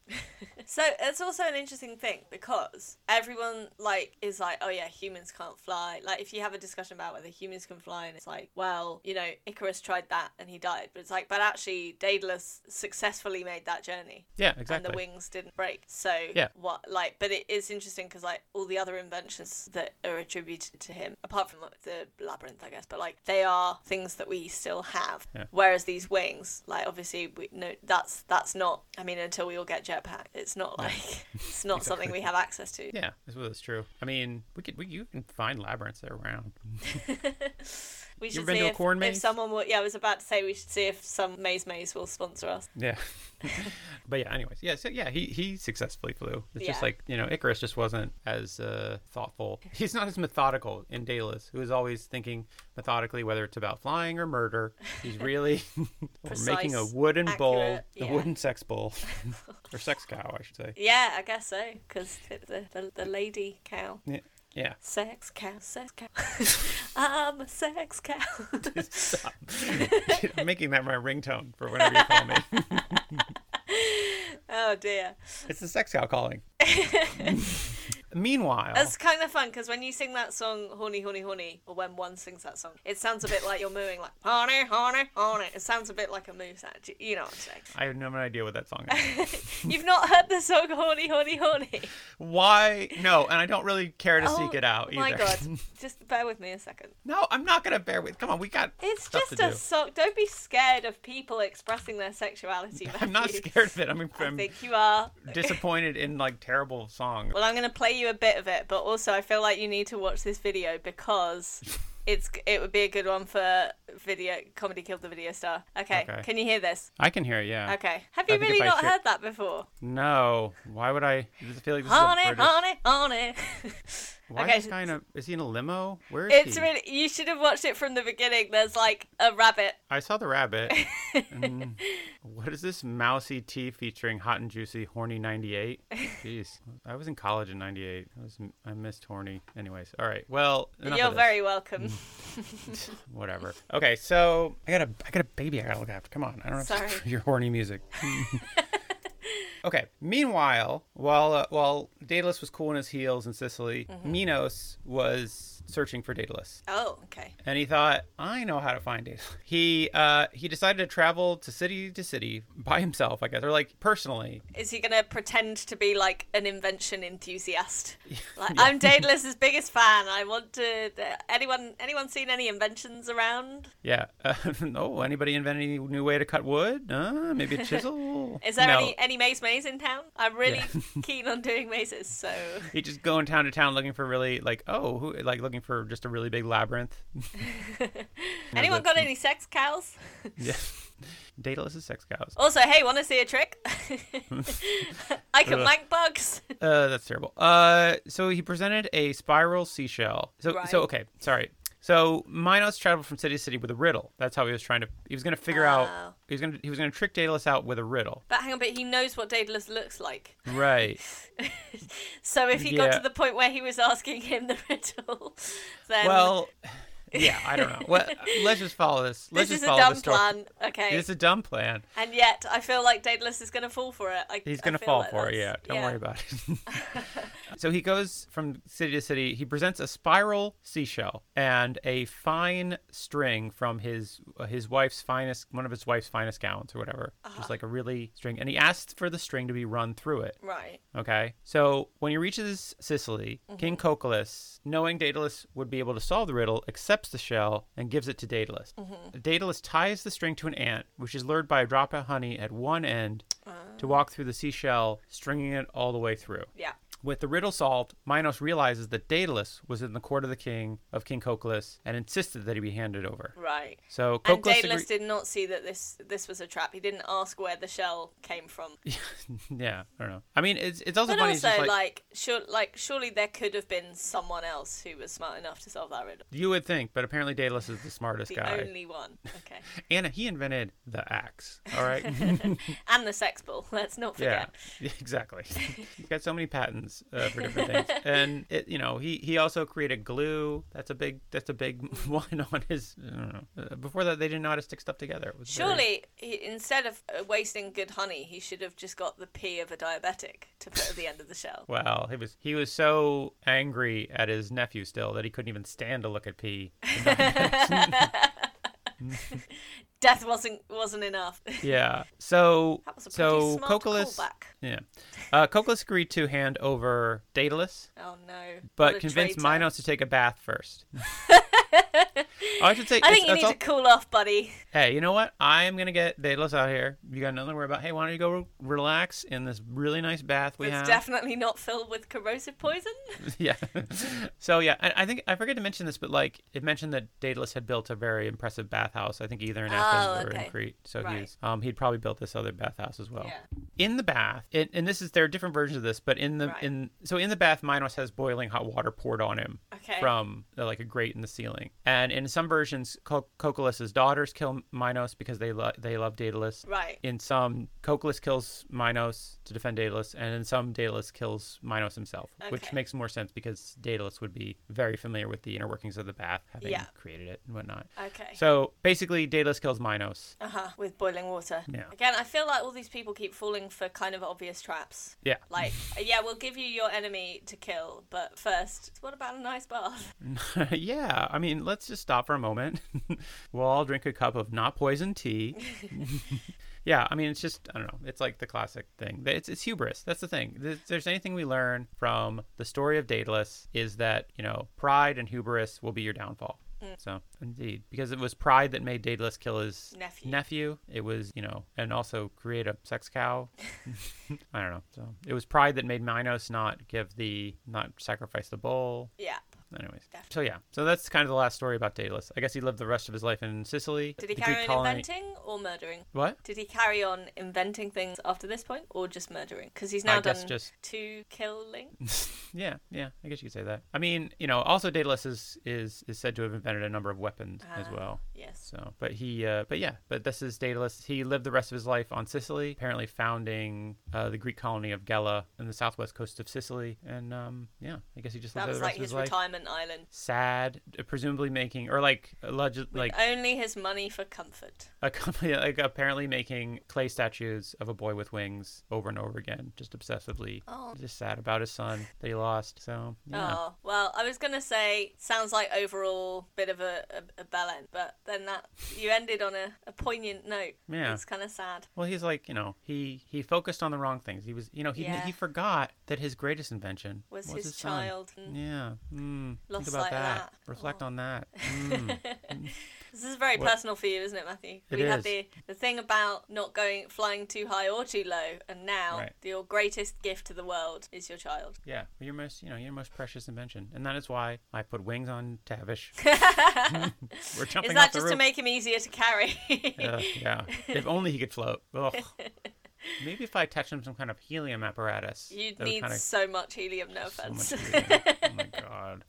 [SPEAKER 2] So it's also an interesting thing because everyone like is like, oh yeah, humans can't fly. Like if you have a discussion about whether humans can fly, and it's like, well, you know, Icarus tried that and he died, but it's like, but actually, Daedalus successfully made that journey.
[SPEAKER 3] Yeah, exactly.
[SPEAKER 2] And the wings didn't break. So
[SPEAKER 3] Yeah.
[SPEAKER 2] what like but it is interesting because like all the other inventions that are attributed to him, apart from like, the labyrinth, I guess, but like they are things that we still have.
[SPEAKER 3] Yeah.
[SPEAKER 2] Whereas these wings, like obviously we no that's that's not I mean, until we all get jetpack, it's not like it's not something we have access to.
[SPEAKER 3] Yeah, this was true. I mean, we could we, you can find labyrinths around.
[SPEAKER 2] We should
[SPEAKER 3] ever been
[SPEAKER 2] see
[SPEAKER 3] to a
[SPEAKER 2] if,
[SPEAKER 3] corn
[SPEAKER 2] if
[SPEAKER 3] maze?
[SPEAKER 2] someone will yeah, I was about to say we should see if some maze maze will sponsor us.
[SPEAKER 3] Yeah. but yeah, anyways, yeah, so yeah, he he successfully flew. It's
[SPEAKER 2] Yeah.
[SPEAKER 3] just like, you know, Icarus just wasn't as uh, thoughtful. He's not as methodical in Daedalus, who is always thinking methodically whether it's about flying or murder. He's really or making a
[SPEAKER 2] Precise,
[SPEAKER 3] wooden bowl,
[SPEAKER 2] accurate,
[SPEAKER 3] the
[SPEAKER 2] yeah.
[SPEAKER 3] wooden sex bowl or sex cow, I should say.
[SPEAKER 2] Yeah, I guess so, because the, the the lady cow.
[SPEAKER 3] Yeah. Yeah.
[SPEAKER 2] Sex cow, sex cow. I'm a sex cow.
[SPEAKER 3] Stop. I'm making that my ringtone for whenever you call me.
[SPEAKER 2] oh dear.
[SPEAKER 3] It's the sex cow calling. Meanwhile,
[SPEAKER 2] That's kind of fun because when you sing that song, Horny, Horny, Horny, or when one sings that song, it sounds a bit like you're mooing, like, Horny, Horny, Horny. It sounds a bit like a moo sound. You- You know what I'm
[SPEAKER 3] I have no idea what that song is.
[SPEAKER 2] saying. You've not heard the song Horny, Horny, Horny.
[SPEAKER 3] Why? No, and I don't really care to seek it out either.
[SPEAKER 2] Oh my god. Just bear with me a second.
[SPEAKER 3] No, I'm not gonna bear with. Come on, we got
[SPEAKER 2] It's
[SPEAKER 3] stuff
[SPEAKER 2] just
[SPEAKER 3] to
[SPEAKER 2] a
[SPEAKER 3] do.
[SPEAKER 2] song. Don't be scared of people expressing their sexuality.
[SPEAKER 3] I'm not
[SPEAKER 2] Matthew.
[SPEAKER 3] scared of it. I'm,
[SPEAKER 2] I
[SPEAKER 3] I'm
[SPEAKER 2] think you are.
[SPEAKER 3] disappointed in like terrible songs.
[SPEAKER 2] Well, I'm going to play you a bit of it, but also I feel like you need to watch this video because it's it would be a good one for video comedy killed the video star. Okay,
[SPEAKER 3] Okay.
[SPEAKER 2] can you hear this?
[SPEAKER 3] I can hear it. Yeah.
[SPEAKER 2] Okay, have you
[SPEAKER 3] I think
[SPEAKER 2] really
[SPEAKER 3] if I
[SPEAKER 2] not
[SPEAKER 3] share-
[SPEAKER 2] heard that before?
[SPEAKER 3] No. Why would I? I just feel like this is a
[SPEAKER 2] Honey,
[SPEAKER 3] British.
[SPEAKER 2] honey, honey.
[SPEAKER 3] Why
[SPEAKER 2] okay,
[SPEAKER 3] is this guy in a? Is he in a limo? Where is
[SPEAKER 2] it's
[SPEAKER 3] he?
[SPEAKER 2] really you should have watched it from the beginning. There's like a rabbit.
[SPEAKER 3] I saw the rabbit. and what is this mousy tea featuring hot and juicy horny 98? Jeez. I was in college in 98. I was I missed horny. Anyways, all right. Well, enough
[SPEAKER 2] You're
[SPEAKER 3] of this. Mm.
[SPEAKER 2] very welcome.
[SPEAKER 3] whatever. Okay, so I got a I got a baby I gotta look after. Come on, I don't have
[SPEAKER 2] Sorry.
[SPEAKER 3] time for your horny music. okay. Meanwhile, while uh, while Daedalus was cooling his heels in Sicily,
[SPEAKER 2] Mm-hmm.
[SPEAKER 3] Minos was searching for Daedalus,
[SPEAKER 2] Oh, okay.
[SPEAKER 3] and he thought, I know how to find Daedalus. He uh he decided to travel to city to city by himself, I guess, or like personally.
[SPEAKER 2] Is he gonna pretend to be like an invention enthusiast? Like I'm Daedalus's biggest fan. I want to. th- Anyone, anyone seen any inventions around?
[SPEAKER 3] Yeah. Uh, oh, anybody invent any new way to cut wood? Uh, maybe a chisel.
[SPEAKER 2] Is there
[SPEAKER 3] No.
[SPEAKER 2] any any maze maze in town? I'm really
[SPEAKER 3] Yeah.
[SPEAKER 2] keen on doing mazes. So
[SPEAKER 3] He just going town to town looking for really like oh who like looking for just a really big labyrinth.
[SPEAKER 2] anyone got any sex cows?
[SPEAKER 3] Yeah. Daedalus is sex cows.
[SPEAKER 2] Also, hey, want to see a trick? I can
[SPEAKER 3] Ugh.
[SPEAKER 2] wank bugs.
[SPEAKER 3] Uh, that's terrible. Uh, so he presented a spiral seashell. So so
[SPEAKER 2] Right.
[SPEAKER 3] okay, sorry. So Minos traveled from city to city with a riddle. That's how he was trying to. He was going to figure out.
[SPEAKER 2] Oh.
[SPEAKER 3] He was going to. He was going to trick Daedalus out with a riddle.
[SPEAKER 2] But hang on, but he knows what Daedalus looks like.
[SPEAKER 3] Right.
[SPEAKER 2] So if he got
[SPEAKER 3] Yeah.
[SPEAKER 2] to the point where he was asking him the riddle, then
[SPEAKER 3] well. Yeah, I don't know. Well, let's just follow this. Let's
[SPEAKER 2] this
[SPEAKER 3] just
[SPEAKER 2] is a
[SPEAKER 3] follow
[SPEAKER 2] dumb
[SPEAKER 3] the story.
[SPEAKER 2] plan. Okay.
[SPEAKER 3] It's a dumb plan.
[SPEAKER 2] And yet, I feel like Daedalus is going to fall for it. I,
[SPEAKER 3] He's
[SPEAKER 2] I
[SPEAKER 3] gonna
[SPEAKER 2] feel
[SPEAKER 3] fall
[SPEAKER 2] like
[SPEAKER 3] for it. Yeah,
[SPEAKER 2] that's-
[SPEAKER 3] don't worry about it. so he goes from city to city. He presents a spiral seashell and a fine string from his uh, his wife's finest, one of his wife's finest gowns or whatever, just like a really string. And he asks for the string to be run through it.
[SPEAKER 2] Right.
[SPEAKER 3] Okay. So when he reaches Sicily, King
[SPEAKER 2] Mm-hmm.
[SPEAKER 3] Cocalus, knowing Daedalus would be able to solve the riddle, accepts the shell and gives it to Daedalus.
[SPEAKER 2] Mm-hmm.
[SPEAKER 3] Daedalus ties the string to an ant, which is lured by a drop of honey at one end to walk through the seashell, stringing it all the way through.
[SPEAKER 2] Yeah.
[SPEAKER 3] With the riddle solved, Minos realizes that Daedalus was in the court of the king of King Cocalus and insisted that he be handed over.
[SPEAKER 2] Right.
[SPEAKER 3] So
[SPEAKER 2] And
[SPEAKER 3] Cocalus
[SPEAKER 2] Daedalus did not see that this this was a trap. He didn't ask where the shell came from.
[SPEAKER 3] yeah, I don't know. I mean, it's it's also
[SPEAKER 2] But
[SPEAKER 3] funny. it's
[SPEAKER 2] also,
[SPEAKER 3] just
[SPEAKER 2] like, sure, like surely there could have been someone else who was smart enough to solve that riddle.
[SPEAKER 3] you would think, but apparently Daedalus is the smartest
[SPEAKER 2] The
[SPEAKER 3] guy.
[SPEAKER 2] only one. Okay.
[SPEAKER 3] And he invented the axe. All right.
[SPEAKER 2] and the sex ball. Let's not
[SPEAKER 3] yeah.
[SPEAKER 2] forget.
[SPEAKER 3] Exactly. He's got so many patents uh, for different things, and it, you know he he also created glue. That's a big that's a big one on his. I don't know. Uh, Before that, they didn't know how to stick stuff together. It was very-
[SPEAKER 2] Surely, he, instead of uh, wasting good honey, he should have just got the pee of a diabetic to put at the end of the shell.
[SPEAKER 3] Well, he was he was so angry at his nephew still that he couldn't even stand to look at P.
[SPEAKER 2] Death wasn't wasn't enough.
[SPEAKER 3] yeah. So
[SPEAKER 2] that was a pretty
[SPEAKER 3] so
[SPEAKER 2] smart
[SPEAKER 3] Cocalus.
[SPEAKER 2] callback.
[SPEAKER 3] Yeah. Uh, Cocalus agreed to hand over Daedalus,
[SPEAKER 2] Oh no! What
[SPEAKER 3] but
[SPEAKER 2] a
[SPEAKER 3] convinced
[SPEAKER 2] traitor.
[SPEAKER 3] Minos to take a bath first. Oh, I should say,
[SPEAKER 2] I
[SPEAKER 3] it's-
[SPEAKER 2] think you
[SPEAKER 3] that's
[SPEAKER 2] need
[SPEAKER 3] all-
[SPEAKER 2] to cool off, buddy.
[SPEAKER 3] hey, you know what? I'm gonna get Daedalus out here. You got nothing to worry about. Hey, why don't you go re- relax in this really nice bath we
[SPEAKER 2] It's
[SPEAKER 3] have?
[SPEAKER 2] definitely not filled with corrosive poison.
[SPEAKER 3] yeah. so yeah, I, I think I forget to mention this, but like it mentioned that Daedalus had built a very impressive bathhouse. I think either in Athens
[SPEAKER 2] Oh,
[SPEAKER 3] or
[SPEAKER 2] okay.
[SPEAKER 3] in Crete. So
[SPEAKER 2] Right.
[SPEAKER 3] he's um he'd probably built this other bathhouse as well.
[SPEAKER 2] Yeah.
[SPEAKER 3] In the bath, it, and this is there are different versions of this, but in the
[SPEAKER 2] Right.
[SPEAKER 3] in so in the bath, Minos has boiling hot water poured on him
[SPEAKER 2] Okay.
[SPEAKER 3] from uh, like a grate in the ceiling. And in some versions, Co- Cocalus's daughters kill Minos because they lo- they love Daedalus.
[SPEAKER 2] Right.
[SPEAKER 3] In some, Cocalus kills Minos to defend Daedalus, and in some, Daedalus kills Minos himself, which
[SPEAKER 2] Okay.
[SPEAKER 3] makes more sense because Daedalus would be very familiar with the inner workings of the bath, having
[SPEAKER 2] Yeah.
[SPEAKER 3] created it and whatnot.
[SPEAKER 2] Okay.
[SPEAKER 3] So basically, Daedalus kills Minos.
[SPEAKER 2] uh huh. With boiling water.
[SPEAKER 3] Yeah.
[SPEAKER 2] Again, I feel like all these people keep falling for kind of obvious traps.
[SPEAKER 3] Yeah.
[SPEAKER 2] Like, yeah, we'll give you your enemy to kill, but first, what about a nice bath?
[SPEAKER 3] yeah. I mean, let's just stop for a moment. we'll all drink a cup of not poison tea. yeah. I mean, it's just, I don't know. It's like the classic thing. It's, it's hubris. That's the thing. If there's anything we learn from the story of Daedalus is that, you know, pride and hubris will be your downfall. So, indeed, because it was pride that made Daedalus kill his
[SPEAKER 2] Nephew.
[SPEAKER 3] nephew. It was, you know, and also create a sex cow. I don't know. So, it was pride that made Minos not give the, not sacrifice the bull.
[SPEAKER 2] Yeah.
[SPEAKER 3] Anyways,
[SPEAKER 2] Definitely.
[SPEAKER 3] so yeah, so that's kind of the last story about Daedalus. I guess he lived the rest of his life in Sicily.
[SPEAKER 2] Did he
[SPEAKER 3] the
[SPEAKER 2] carry
[SPEAKER 3] Greek
[SPEAKER 2] on
[SPEAKER 3] colony-
[SPEAKER 2] inventing or murdering?
[SPEAKER 3] What?
[SPEAKER 2] Did he carry on inventing things after this point or just murdering? Because he's
[SPEAKER 3] I
[SPEAKER 2] now
[SPEAKER 3] guess
[SPEAKER 2] done
[SPEAKER 3] just-
[SPEAKER 2] two killing.
[SPEAKER 3] yeah, yeah. I guess you could say that. I mean, you know, also Daedalus is is, is said to have invented a number of weapons as
[SPEAKER 2] Ah.
[SPEAKER 3] well.
[SPEAKER 2] Yes.
[SPEAKER 3] So, but he, uh, but yeah, but this is Daedalus. He lived the rest of his life on Sicily, apparently founding uh, the Greek colony of Gela in the southwest coast of Sicily. And um, yeah, I guess he just lived there
[SPEAKER 2] That was
[SPEAKER 3] the
[SPEAKER 2] like
[SPEAKER 3] rest of
[SPEAKER 2] his
[SPEAKER 3] his life.
[SPEAKER 2] retirement island.
[SPEAKER 3] Sad, presumably making or like alleged, like
[SPEAKER 2] Only his money for comfort.
[SPEAKER 3] a company like apparently making clay statues of a boy with wings over and over again, just obsessively.
[SPEAKER 2] Oh.
[SPEAKER 3] Just sad about his son that he lost. So yeah.
[SPEAKER 2] Oh, well, I was going to say, sounds like overall bit of a, a, a bell end, but then that, you ended on a, a poignant note.
[SPEAKER 3] Yeah.
[SPEAKER 2] It's kind of sad.
[SPEAKER 3] Well, he's like you know he he focused on the wrong things. He was you know he
[SPEAKER 2] Yeah.
[SPEAKER 3] he forgot that his greatest invention
[SPEAKER 2] Was, his,
[SPEAKER 3] son.
[SPEAKER 2] child. and
[SPEAKER 3] Yeah. Mm.
[SPEAKER 2] Lost
[SPEAKER 3] Think about
[SPEAKER 2] sight of
[SPEAKER 3] that.
[SPEAKER 2] that. Oh.
[SPEAKER 3] Reflect on that. Mm.
[SPEAKER 2] This is very
[SPEAKER 3] What-
[SPEAKER 2] personal for you, isn't it, Matthew?
[SPEAKER 3] It
[SPEAKER 2] we had
[SPEAKER 3] is.
[SPEAKER 2] the, the thing about not going flying too high or too low, and now
[SPEAKER 3] Right.
[SPEAKER 2] your greatest gift to the world is your child.
[SPEAKER 3] yeah. Your most you know your most precious invention, and that is why I put wings on Tavish. We're jumping
[SPEAKER 2] Is
[SPEAKER 3] off
[SPEAKER 2] that
[SPEAKER 3] the
[SPEAKER 2] just
[SPEAKER 3] roof.
[SPEAKER 2] to make him easier to carry?
[SPEAKER 3] Ugh, Uh, yeah. If only he could float. Ugh. Maybe if I attached him some kind of helium apparatus.
[SPEAKER 2] You'd
[SPEAKER 3] that would
[SPEAKER 2] need
[SPEAKER 3] kinda-
[SPEAKER 2] so much helium, no
[SPEAKER 3] so much
[SPEAKER 2] offense.
[SPEAKER 3] helium. oh my god.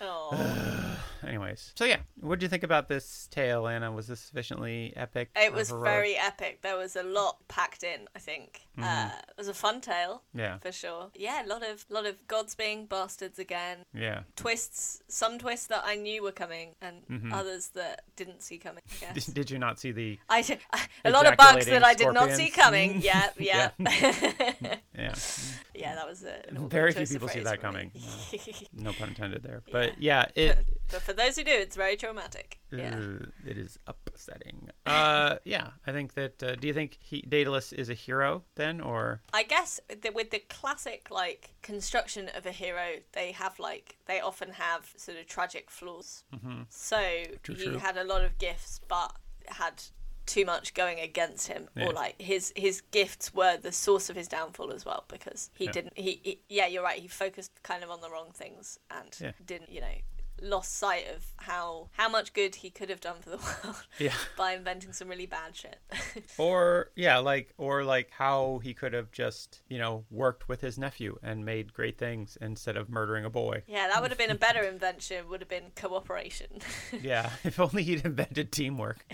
[SPEAKER 2] Aw.
[SPEAKER 3] Anyways, so yeah, what did you think about this tale, Anna? Was this sufficiently epic?
[SPEAKER 2] It
[SPEAKER 3] or
[SPEAKER 2] was
[SPEAKER 3] heroic?
[SPEAKER 2] very epic. There was a lot packed in, I think. Uh, it was a fun tale.
[SPEAKER 3] Mm-hmm. Yeah,
[SPEAKER 2] For sure. Yeah, a lot of lot of gods being bastards again.
[SPEAKER 3] yeah.
[SPEAKER 2] Twists, some twists that I knew were coming, and
[SPEAKER 3] Mm-hmm.
[SPEAKER 2] others that didn't see coming. I guess.
[SPEAKER 3] Did you not see the?
[SPEAKER 2] I did, a lot of bugs that I did not see
[SPEAKER 3] Ejaculating
[SPEAKER 2] coming.
[SPEAKER 3] scorpions. Mm-hmm.
[SPEAKER 2] Yeah, yeah, yeah.
[SPEAKER 3] Yeah,
[SPEAKER 2] that was a an
[SPEAKER 3] Very few
[SPEAKER 2] awkward choice of
[SPEAKER 3] people see that
[SPEAKER 2] phrase for me.
[SPEAKER 3] no pun intended there. But yeah, it
[SPEAKER 2] but for those who do, it's very traumatic. Yeah.
[SPEAKER 3] uh, it is upsetting. Uh, yeah, I think that. Uh, do you think he, Daedalus is a hero then, or
[SPEAKER 2] I guess that with the classic like construction of a hero, they have like they often have sort of tragic flaws. So
[SPEAKER 3] Mm-hmm. True,
[SPEAKER 2] he
[SPEAKER 3] true.
[SPEAKER 2] had a lot of gifts, but had too much going against him
[SPEAKER 3] Yeah.
[SPEAKER 2] or like his his gifts were the source of his downfall as well because he
[SPEAKER 3] Yeah.
[SPEAKER 2] didn't he, he yeah you're right he focused kind of on the wrong things and
[SPEAKER 3] Yeah.
[SPEAKER 2] didn't you know lost sight of how how much good he could have done for the world
[SPEAKER 3] Yeah.
[SPEAKER 2] by inventing some really bad shit
[SPEAKER 3] Or yeah, like or like how he could have just, you know, worked with his nephew and made great things instead of murdering a boy.
[SPEAKER 2] yeah that would have been a better invention would have been cooperation
[SPEAKER 3] Yeah, if only he'd invented teamwork.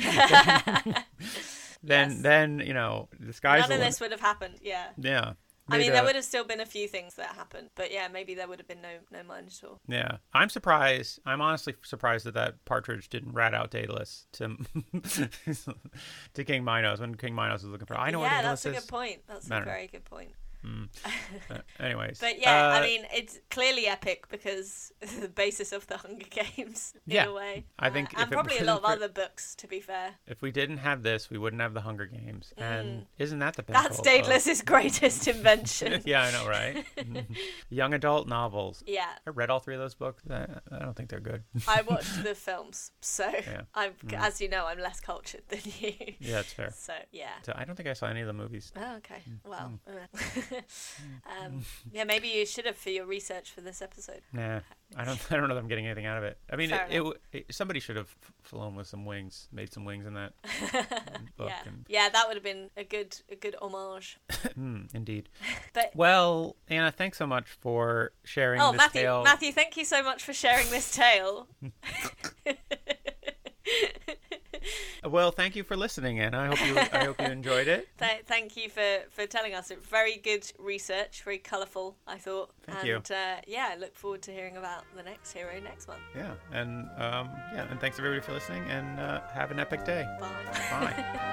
[SPEAKER 3] then
[SPEAKER 2] Yes.
[SPEAKER 3] then, you know, the sky's
[SPEAKER 2] none
[SPEAKER 3] the
[SPEAKER 2] of
[SPEAKER 3] limit.
[SPEAKER 2] this would have happened yeah
[SPEAKER 3] Yeah.
[SPEAKER 2] I mean,
[SPEAKER 3] They'd,
[SPEAKER 2] there
[SPEAKER 3] uh,
[SPEAKER 2] would have still been a few things that happened, but yeah, maybe there would have been no no mind at all.
[SPEAKER 3] Yeah, I'm surprised. I'm honestly surprised that that partridge didn't rat out Daedalus to to King Minos when King Minos was looking for. I know what
[SPEAKER 2] yeah,
[SPEAKER 3] Daedalus
[SPEAKER 2] that's a
[SPEAKER 3] is.
[SPEAKER 2] good point. That's
[SPEAKER 3] Matter.
[SPEAKER 2] a very good point.
[SPEAKER 3] Uh, anyways,
[SPEAKER 2] But yeah,
[SPEAKER 3] uh,
[SPEAKER 2] I mean, it's clearly epic because the basis of the Hunger Games in
[SPEAKER 3] Yeah,
[SPEAKER 2] a way.
[SPEAKER 3] I think
[SPEAKER 2] and
[SPEAKER 3] if it
[SPEAKER 2] probably a lot of
[SPEAKER 3] wasn't for-
[SPEAKER 2] other books, to be fair.
[SPEAKER 3] if we didn't have this, we wouldn't have the Hunger Games,
[SPEAKER 2] Mm.
[SPEAKER 3] and isn't that the pinnacle?
[SPEAKER 2] That's
[SPEAKER 3] of-
[SPEAKER 2] Daedalus' greatest invention.
[SPEAKER 3] yeah, I know, right? Mm-hmm. Young adult novels.
[SPEAKER 2] yeah,
[SPEAKER 3] I read all three of those books. I, I don't think they're good.
[SPEAKER 2] I watched the films, so
[SPEAKER 3] Yeah. Mm.
[SPEAKER 2] I'm, as you know, I'm less cultured than you.
[SPEAKER 3] yeah, that's fair.
[SPEAKER 2] So yeah.
[SPEAKER 3] So I don't think I saw any of the movies.
[SPEAKER 2] Oh, okay.
[SPEAKER 3] Mm.
[SPEAKER 2] Well, uh, um, yeah, maybe you should have for your research for this episode.
[SPEAKER 3] Nah, I don't. I don't know that I'm getting anything out of it. I mean,
[SPEAKER 2] Fair
[SPEAKER 3] it, it, w- it, somebody should have f- flown with some wings, made some wings in that book.
[SPEAKER 2] Yeah,
[SPEAKER 3] And,
[SPEAKER 2] yeah, that would have been a good, a good homage.
[SPEAKER 3] Mm, indeed.
[SPEAKER 2] But
[SPEAKER 3] Well, Anna, thanks so much for sharing
[SPEAKER 2] oh,
[SPEAKER 3] this
[SPEAKER 2] Matthew,
[SPEAKER 3] tale.
[SPEAKER 2] Matthew, thank you so much for sharing this tale.
[SPEAKER 3] Well, thank you for listening, Anna. I hope you. I hope you enjoyed it.
[SPEAKER 2] Th- thank you for for telling us. It's Very good research, very colourful. I thought.
[SPEAKER 3] Thank
[SPEAKER 2] and,
[SPEAKER 3] you.
[SPEAKER 2] Uh, yeah, I look forward to hearing about the next hero next month.
[SPEAKER 3] Yeah, and um, yeah, and thanks everybody for listening, and uh, have an epic day.
[SPEAKER 2] Bye.
[SPEAKER 3] Bye.